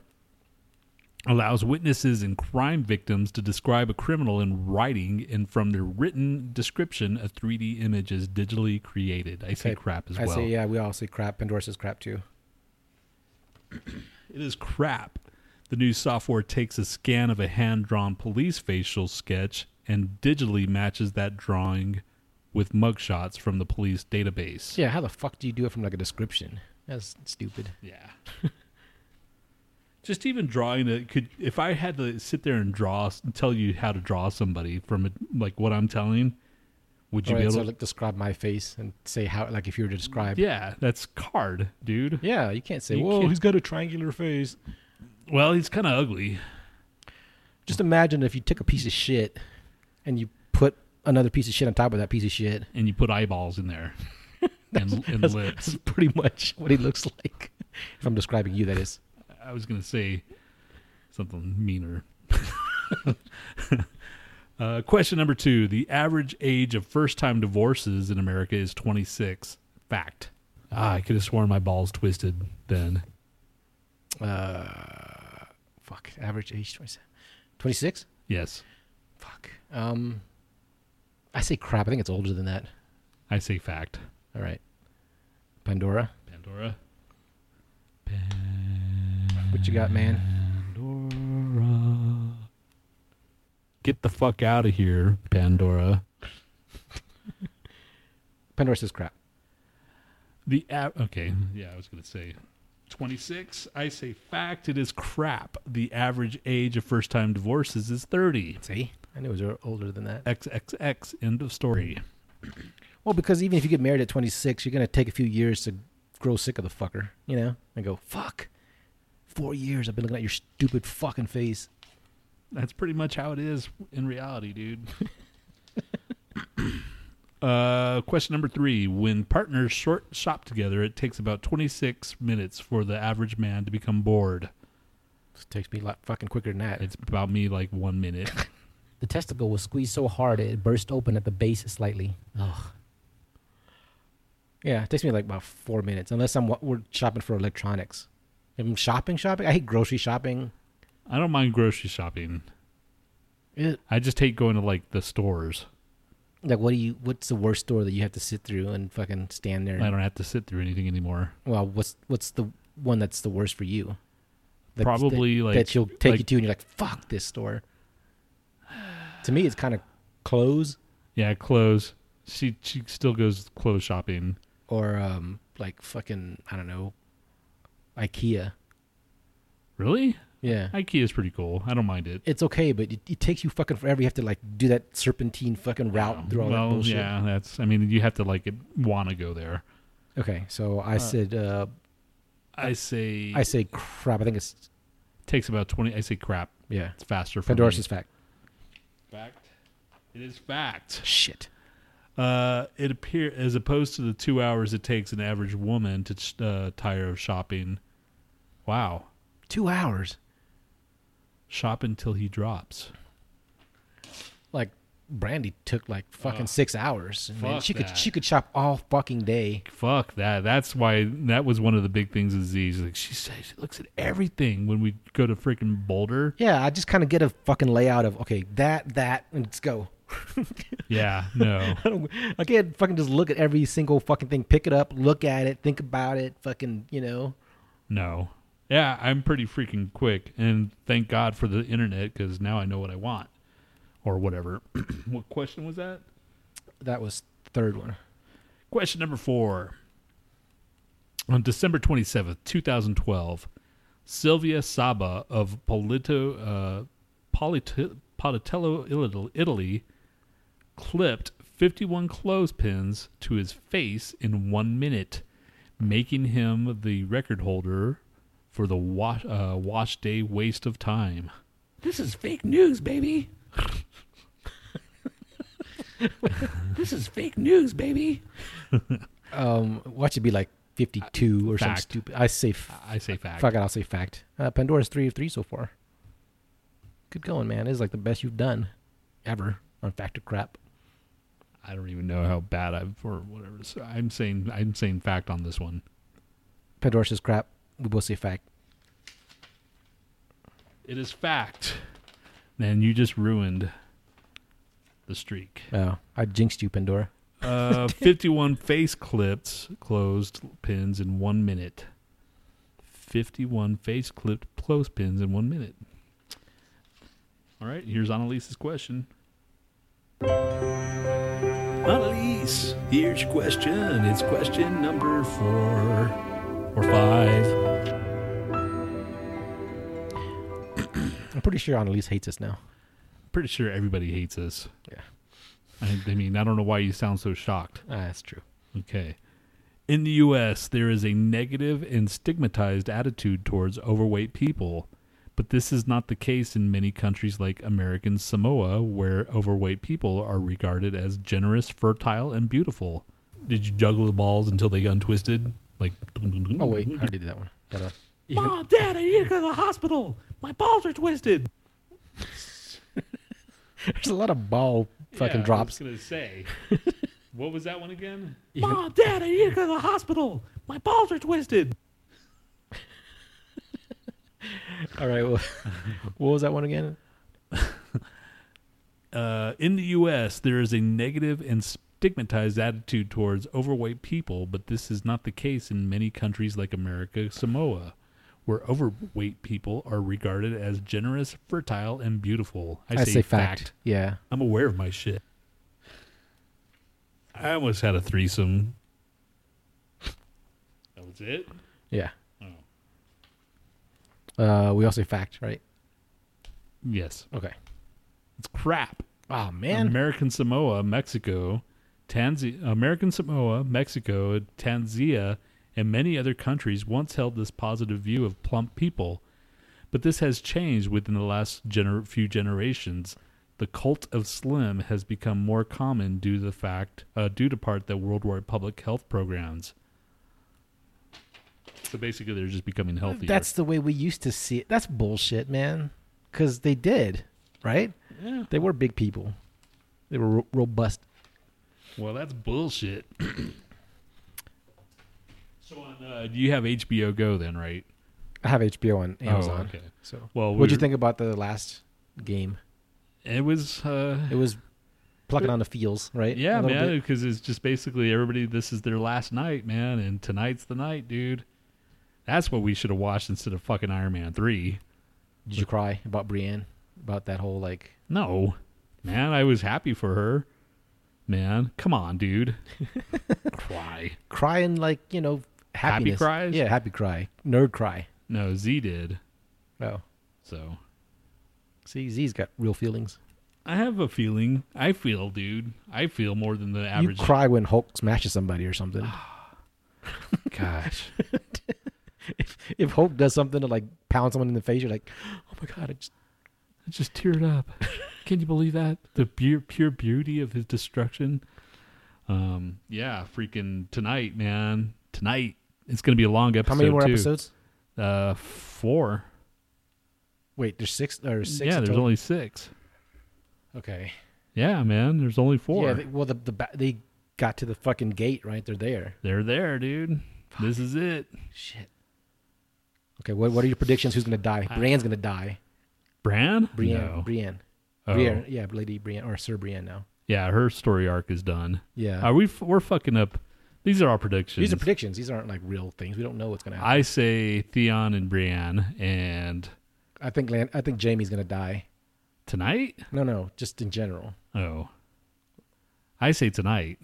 Speaker 1: allows witnesses and crime victims to describe a criminal in writing, and from their written description, a 3D image is digitally created. I say
Speaker 2: Okay.
Speaker 1: crap as
Speaker 2: I
Speaker 1: well.
Speaker 2: say, yeah, we all say crap. Pandora says crap too.
Speaker 1: It is crap. The new software takes a scan of a hand drawn police facial sketch and digitally matches that drawing with mugshots from the police database.
Speaker 2: Yeah, how the fuck do you do it from like a description? That's stupid.
Speaker 1: Yeah. Just even drawing it could if I had to sit there and draw tell you how to draw somebody from it, like what I'm telling, would you
Speaker 2: All
Speaker 1: be
Speaker 2: right,
Speaker 1: able
Speaker 2: so
Speaker 1: to
Speaker 2: like describe my face and say how, like if you were to describe.
Speaker 1: Yeah, that's card, dude.
Speaker 2: Yeah, you can't say,
Speaker 1: You
Speaker 2: whoa,
Speaker 1: can't-
Speaker 2: he's got a triangular face.
Speaker 1: Well, he's kind of ugly.
Speaker 2: Just imagine if you took a piece of shit and you put another piece of shit on top of that piece of shit.
Speaker 1: and you put eyeballs in there. and and lips.
Speaker 2: That's pretty much what he looks like. if I'm describing you, that is.
Speaker 1: I was going to say something meaner. Uh, question number two: The average age of first-time divorces in America is 26. Fact. Ah, I could have sworn my balls twisted then.
Speaker 2: Uh, fuck. Average age 27. 26?
Speaker 1: Yes,
Speaker 2: Fuck. Um, I say crap. I think it's older than that.
Speaker 1: I say fact.
Speaker 2: All right. Pandora,
Speaker 1: Pandora.
Speaker 2: what you got, man?
Speaker 1: Pandora. Get the fuck out of here, Pandora.
Speaker 2: Pandora says crap.
Speaker 1: The a- okay, yeah, I was gonna say twenty six. I say fact. It is crap. The average age of first time divorces is thirty.
Speaker 2: See? I knew it was o- older than that.
Speaker 1: XXX. End of story.
Speaker 2: Well, because even if you get married at 26, you're going to take a few years to grow sick of the fucker, you know? And go, fuck. Four years I've been looking at your stupid fucking face.
Speaker 1: That's pretty much how it is in reality, dude. uh, question number three: When partners short shop together, it takes about twenty six minutes for the average man to become bored.
Speaker 2: This takes me a lot fucking quicker than that.
Speaker 1: It's about me like one minute.
Speaker 5: The testicle was squeezed so hard it burst open at the base slightly. Ugh.
Speaker 2: Yeah, it takes me like about four minutes, unless I'm wa- we're shopping for electronics. If I'm shopping, shopping. I hate grocery shopping.
Speaker 1: I don't mind grocery shopping.
Speaker 2: It,
Speaker 1: I just hate going to like the stores.
Speaker 2: like, what do you? What's the worst store that you have to sit through and fucking stand there?
Speaker 1: I don't have to sit through anything anymore.
Speaker 2: Well, what's what's the one that's the worst for you? That's-
Speaker 1: Probably,
Speaker 2: that,
Speaker 1: like-
Speaker 2: that she'll take you
Speaker 1: like-
Speaker 2: to, and you're like, fuck this store. to me, it's kind of clothes
Speaker 1: Yeah, clothes. She she still goes clothes shopping.
Speaker 2: or um like fucking I don't know, IKEA.
Speaker 1: Really?
Speaker 2: Yeah,
Speaker 1: IKEA is pretty cool. I don't mind it.
Speaker 2: it's okay, but it, it takes you fucking forever. You have to like do that serpentine fucking route through all
Speaker 1: well,
Speaker 2: that bullshit.
Speaker 1: yeah, that's. I mean, you have to like want to go there.
Speaker 2: Okay, so I said uh,
Speaker 1: I say
Speaker 2: I say crap. I think it's
Speaker 1: takes about twenty. I say crap.
Speaker 2: yeah.
Speaker 1: It's faster. For
Speaker 2: Pandora's
Speaker 1: me.
Speaker 2: is fact.
Speaker 1: fact. It is fact.
Speaker 2: Shit.
Speaker 1: Uh, it appear as opposed to the two hours it takes an average woman to ch- uh, tire of shopping. Wow,
Speaker 2: Two hours.
Speaker 1: shop until he drops.
Speaker 2: Like Brandy took like fucking six hours. And then
Speaker 1: Oh, fuck
Speaker 2: she could
Speaker 1: that.
Speaker 2: she could shop all fucking day.
Speaker 1: Fuck that. That's why that was one of the big things with Z. She's like she says she looks at everything when we go to freaking Boulder.
Speaker 2: Yeah, I just kind of get a fucking layout of okay that that and let's go.
Speaker 1: Yeah, no.
Speaker 2: I, don't, I can't fucking just look at every single fucking thing, pick it up, look at it, think about it, fucking you know.
Speaker 1: No. Yeah, I'm pretty freaking quick, and thank God for the internet because now I know what I want, or whatever. what question was that?
Speaker 2: That was third one.
Speaker 1: Question number four. On December 27th, 2012, Sylvia Saba of Polito, uh, Polito, Politello, Italy- Italy, clipped 51 clothespins to his face in one minute, making him the record holder for the wash, uh, wash day waste of time.
Speaker 5: This is fake news, baby. this is fake news, baby.
Speaker 2: Um, watch it be like fifty two or some
Speaker 1: Fact.
Speaker 2: stupid. I say f-
Speaker 1: I say fact.
Speaker 2: Fuck it, I'll say fact. Uh, Pandora's three of three so far. Good going, man. This is like the best you've done ever on Factor Crap.
Speaker 1: I don't even know how bad I've or whatever. So I'm saying I'm saying fact on this one.
Speaker 2: Pandora says crap. We both say fact.
Speaker 1: It is fact. And you just ruined the streak.
Speaker 2: Oh, I jinxed you, Pandora.
Speaker 1: Uh, 51 face clips closed pins in one minute. 51 face clipped closed pins in one minute. All right, here's Annalise's question. Annalise, here's your question. It's question number four or five.
Speaker 2: I'm pretty sure Annalise hates us now.
Speaker 1: Pretty sure everybody hates us.
Speaker 2: Yeah,
Speaker 1: I, I mean, I don't know why you sound so shocked.
Speaker 2: ah, that's true.
Speaker 1: Okay. In the U.S., there is a negative and stigmatized attitude towards overweight people, but this is not the case in many countries like American Samoa, where overweight people are regarded as generous, fertile, and beautiful. Did you juggle the balls until they untwisted? Like,
Speaker 2: Oh wait, I already did that one. uh, Hold on.
Speaker 1: Mom, Dad, I need to go to the hospital. My balls are twisted.
Speaker 2: There's a lot of ball fucking
Speaker 1: Yeah,
Speaker 2: drops.
Speaker 1: I was gonna say, what was that one again?
Speaker 5: Mom,
Speaker 1: Dad, I need to go to the hospital. My balls are twisted.
Speaker 2: All right. Well, what was that one again?
Speaker 1: Uh, in the U.S., there is a negative and stigmatized attitude towards overweight people, but this is not the case in many countries like America, Samoa, where overweight people are regarded as generous, fertile, and beautiful. I,
Speaker 2: I say fact. Yeah.
Speaker 1: I'm aware of my shit. I almost had a threesome. That was it.
Speaker 2: Yeah. Uh, we all say fact, right?
Speaker 1: Yes,
Speaker 2: Okay.
Speaker 1: it's crap.
Speaker 2: Oh man.
Speaker 1: American Samoa, Mexico, Tanzania, American Samoa, Mexico, Tanzania, and many other countries once held this positive view of plump people, but this has changed within the last gener- few generations. The cult of slim has become more common due to the fact, uh, due to part that worldwide public health programs. So basically, they're just becoming healthier.
Speaker 2: That's the way we used to see it. That's bullshit, man. Because they did, right?
Speaker 1: Yeah.
Speaker 2: They were big people. They were ro- robust.
Speaker 1: Well, that's bullshit. so, on, uh, you have HBO Go then, right?
Speaker 2: I have HBO on Amazon.
Speaker 1: Oh, okay.
Speaker 2: So,
Speaker 1: Well,
Speaker 2: what'd you
Speaker 1: we're-
Speaker 2: think about the last game?
Speaker 1: It was, uh,
Speaker 2: It was plucking on the feels, right?
Speaker 1: yeah,
Speaker 2: A little
Speaker 1: man,
Speaker 2: bit.
Speaker 1: because it's just basically everybody. This is their last night, man, and tonight's the night, dude. That's what we should have watched instead of fucking Iron Man three.
Speaker 2: Did you cry about Brienne? About that whole like?
Speaker 1: No, man, I was happy for her. Man, come on, dude. Cry.
Speaker 2: crying like you know
Speaker 1: Happy
Speaker 2: happiness.
Speaker 1: cries?
Speaker 2: Yeah, happy cry, nerd cry.
Speaker 1: No, Z did.
Speaker 2: Oh,
Speaker 1: So
Speaker 2: see, Z's got real feelings.
Speaker 1: I have a feeling. I feel, dude. I feel more than the average.
Speaker 2: You cry when Hulk smashes somebody or something.
Speaker 1: Gosh.
Speaker 2: if Hulk does something to like pound someone in the face, you're like, oh my god, I just
Speaker 1: I just teared up. Can you believe that? The pure, pure beauty of his destruction. Um, yeah, freaking tonight, man. Tonight it's gonna be a long episode.
Speaker 2: how many more
Speaker 1: too.
Speaker 2: episodes?
Speaker 1: Uh, four.
Speaker 2: Wait, there's six or six.
Speaker 1: yeah,
Speaker 2: in
Speaker 1: there's
Speaker 2: total?
Speaker 1: only six.
Speaker 2: okay.
Speaker 1: Yeah, man, there's only four.
Speaker 2: Yeah, they, well, the, the ba- they got to the fucking gate, right? They're there.
Speaker 1: they- are there, dude. This is it.
Speaker 2: Shit. Okay, what what are your predictions? Who's gonna die? Brienne's gonna die.
Speaker 1: Bran?
Speaker 2: Brienne,
Speaker 1: No.
Speaker 2: Brienne,
Speaker 1: Oh.
Speaker 2: Brienne. Yeah, Lady Brienne or Sir Brienne now.
Speaker 1: Yeah, her story arc is done.
Speaker 2: Yeah.
Speaker 1: Are we? F- we're fucking up. These are our predictions.
Speaker 2: These are predictions. These aren't like real things. We don't know what's gonna happen.
Speaker 1: I say Theon and Brienne, and
Speaker 2: I think Lan- I think Jamie's gonna die.
Speaker 1: tonight.
Speaker 2: No, no, just in general.
Speaker 1: Oh. I say tonight.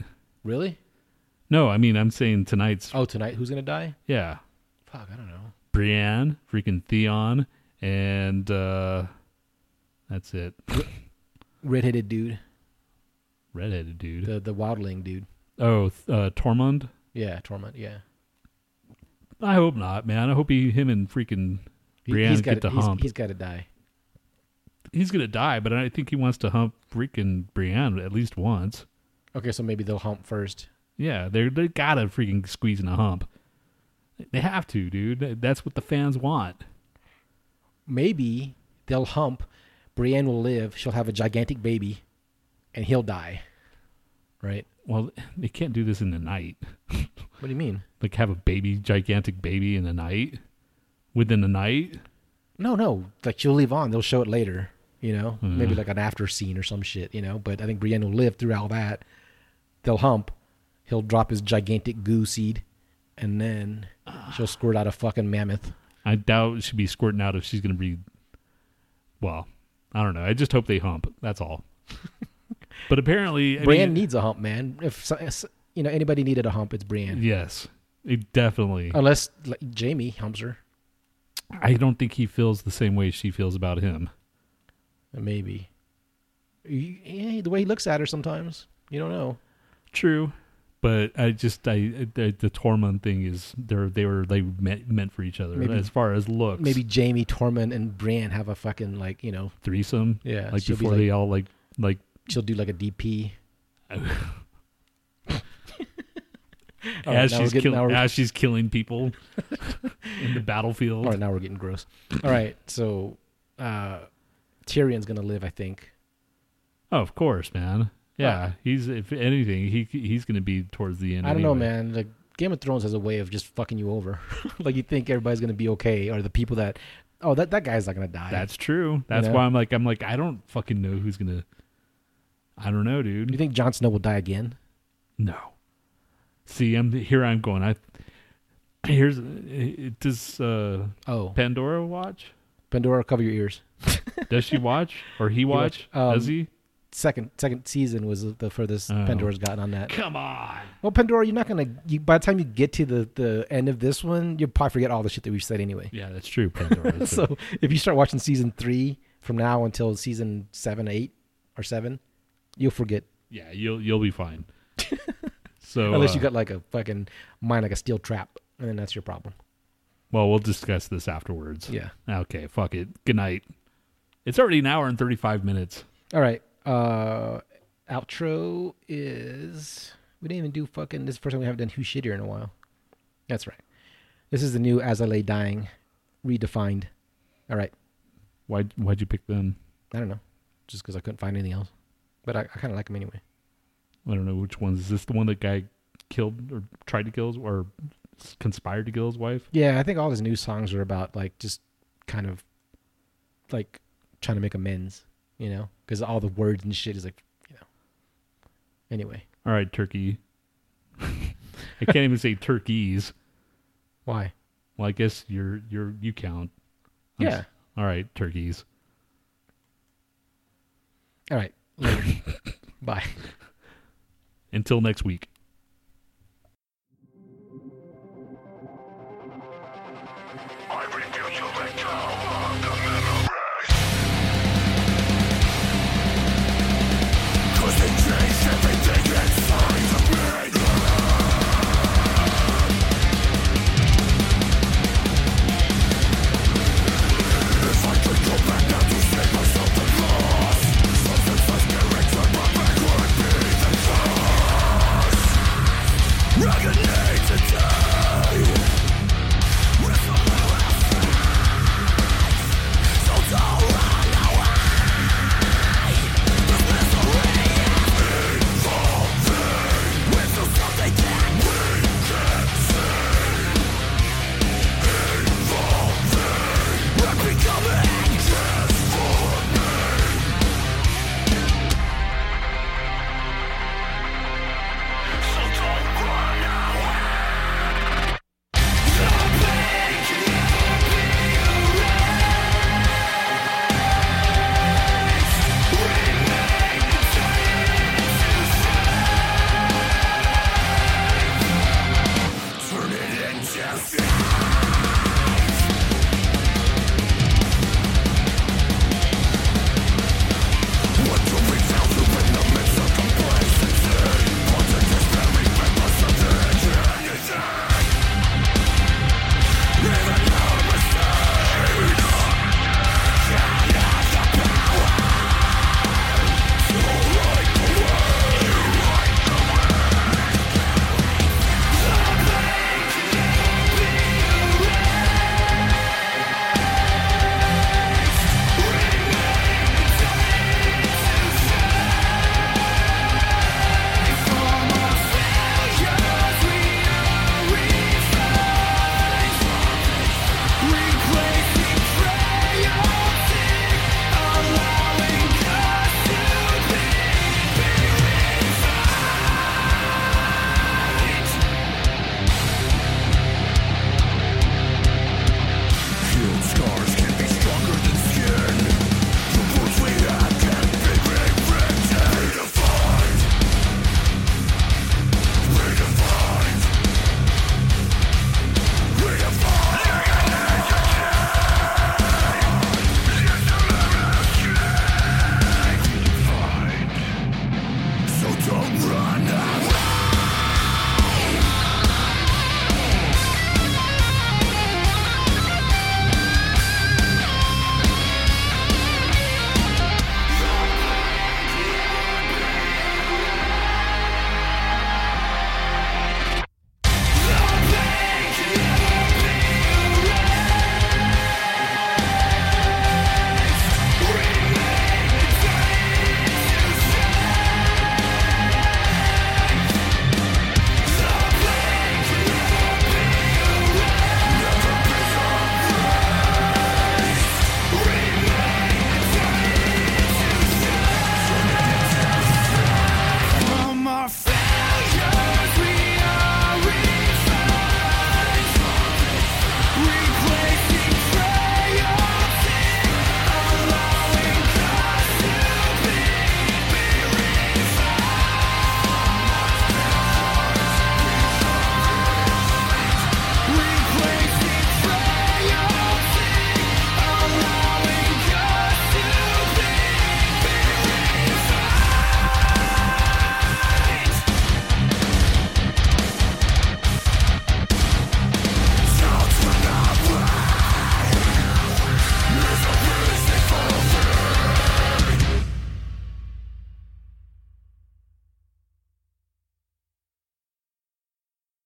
Speaker 2: Really?
Speaker 1: No, I mean I'm saying tonight's
Speaker 2: Oh, tonight who's gonna die?
Speaker 1: yeah.
Speaker 2: Fuck, I don't know.
Speaker 1: Brienne, freaking Theon, and uh that's it.
Speaker 2: Redheaded dude,
Speaker 1: Redheaded dude.
Speaker 2: the the wildling dude.
Speaker 1: Oh, th- uh Tormund?
Speaker 2: Yeah, torment. Yeah,
Speaker 1: I hope not, man. I hope he him and freaking Brienne
Speaker 2: he's
Speaker 1: get
Speaker 2: gotta-
Speaker 1: to
Speaker 2: he's-
Speaker 1: hump.
Speaker 2: he's
Speaker 1: He's,
Speaker 2: got to die.
Speaker 1: gonna die, but I think he wants to hump freaking Brienne at least once.
Speaker 2: Okay, so maybe they'll hump first.
Speaker 1: Yeah, they're they gotta freaking squeeze in a hump. They have to, dude. That's what the fans want.
Speaker 2: Maybe they'll hump. Brienne will live. She'll have a gigantic baby, and he'll die. Right?
Speaker 1: Well, they can't do this in the night.
Speaker 2: What do you mean?
Speaker 1: like have a baby, gigantic baby in the night, within the night.
Speaker 2: No, no. Like she'll live on. They'll show it later. You know, maybe like an after scene or some shit. You know, but I think Brienne will live through all that. They'll hump. He'll drop his gigantic goo seed, and then she'll squirt out a fucking mammoth.
Speaker 1: I doubt she'd be squirting out if she's going to be. Well, I don't know. I just hope they hump. That's all. but apparently, I
Speaker 2: Brienne
Speaker 1: mean,
Speaker 2: needs a hump, man. If so- s- you know anybody needed a hump, it's Brienne.
Speaker 1: Yes, it definitely.
Speaker 2: Unless like, Jamie humps her,
Speaker 1: I don't think he feels the same way she feels about him.
Speaker 2: maybe. Y- Yeah, the way he looks at her sometimes, you don't know.
Speaker 1: True, but I just I the, the Tormund thing is they're they were they meant, meant for each other
Speaker 2: Maybe-
Speaker 1: as far as looks.
Speaker 2: Maybe Jamie, Tormund, and Brienne have a fucking like you know
Speaker 1: threesome.
Speaker 2: Yeah,
Speaker 1: like
Speaker 2: she'll be
Speaker 1: before
Speaker 2: like-
Speaker 1: they all like like
Speaker 2: she'll do like a DP. All right,
Speaker 1: as
Speaker 2: Oh, now we're
Speaker 1: she's
Speaker 2: getting- now
Speaker 1: killing
Speaker 2: we're-
Speaker 1: as she's killing people in the battlefield.
Speaker 2: All right, now we're getting gross. All right, so uh, Tyrion's gonna live, I think.
Speaker 1: Oh, of course, man. Yeah, he's if anything, he he's going to be towards the end.
Speaker 2: I don't know,
Speaker 1: anyway.
Speaker 2: man. Like Game of Thrones has a way of just fucking you over. like you think everybody's gonna be okay, or the people that, oh, that that guy's not gonna die.
Speaker 1: That's true. That's
Speaker 2: know?
Speaker 1: why I'm like I'm like I don't fucking know who's going to. I don't know, dude.
Speaker 2: you think Jon Snow will die again?
Speaker 1: No. See, I'm here. I'm going. I here's does uh,
Speaker 2: Oh,
Speaker 1: Pandora watch?
Speaker 2: Pandora, cover your ears.
Speaker 1: Does she watch or he watch?
Speaker 2: watch-
Speaker 1: does
Speaker 2: um,
Speaker 1: he?
Speaker 2: Second second season was the furthest
Speaker 1: Oh.
Speaker 2: Pandora's gotten on that.
Speaker 1: Come on.
Speaker 2: Well, Pandora, you're not gonna. You, by the time you get to the the end of this one, you'll probably forget all the shit that we've said anyway.
Speaker 1: Yeah, that's true. Pandora. That's true.
Speaker 2: So if you start watching season three from now until season seven, eight, or seven, you'll forget
Speaker 1: yeah, you'll you'll be fine. so
Speaker 2: unless you
Speaker 1: uh,
Speaker 2: got like a fucking mind like a steel trap, and then that's your problem.
Speaker 1: Well, we'll discuss this afterwards.
Speaker 2: Yeah.
Speaker 1: Okay. Fuck it. Good night. It's already an hour and thirty five minutes.
Speaker 2: All right. Uh outro is we didn't even do fucking this is the first time we haven't done who shit here in a while. That's right. This is the new As I Lay Dying redefined. All right.
Speaker 1: Why why'd you pick them?
Speaker 2: I don't know. Just because I couldn't find anything else. But I, I kind of like them anyway.
Speaker 1: I don't know which ones. Is this the one that guy killed or tried to kill his, or conspired to kill his wife?
Speaker 2: Yeah, I think all his new songs are about like just kind of like trying to make amends, you know? Because all the words and shit is like, you know. Anyway,
Speaker 1: All right, turkey. I can't even say turkeys.
Speaker 2: why?
Speaker 1: Well, I guess you're you're you count. I'm
Speaker 2: Yeah.
Speaker 1: s- All right, turkeys.
Speaker 2: All right. Later. Bye.
Speaker 1: Until next week.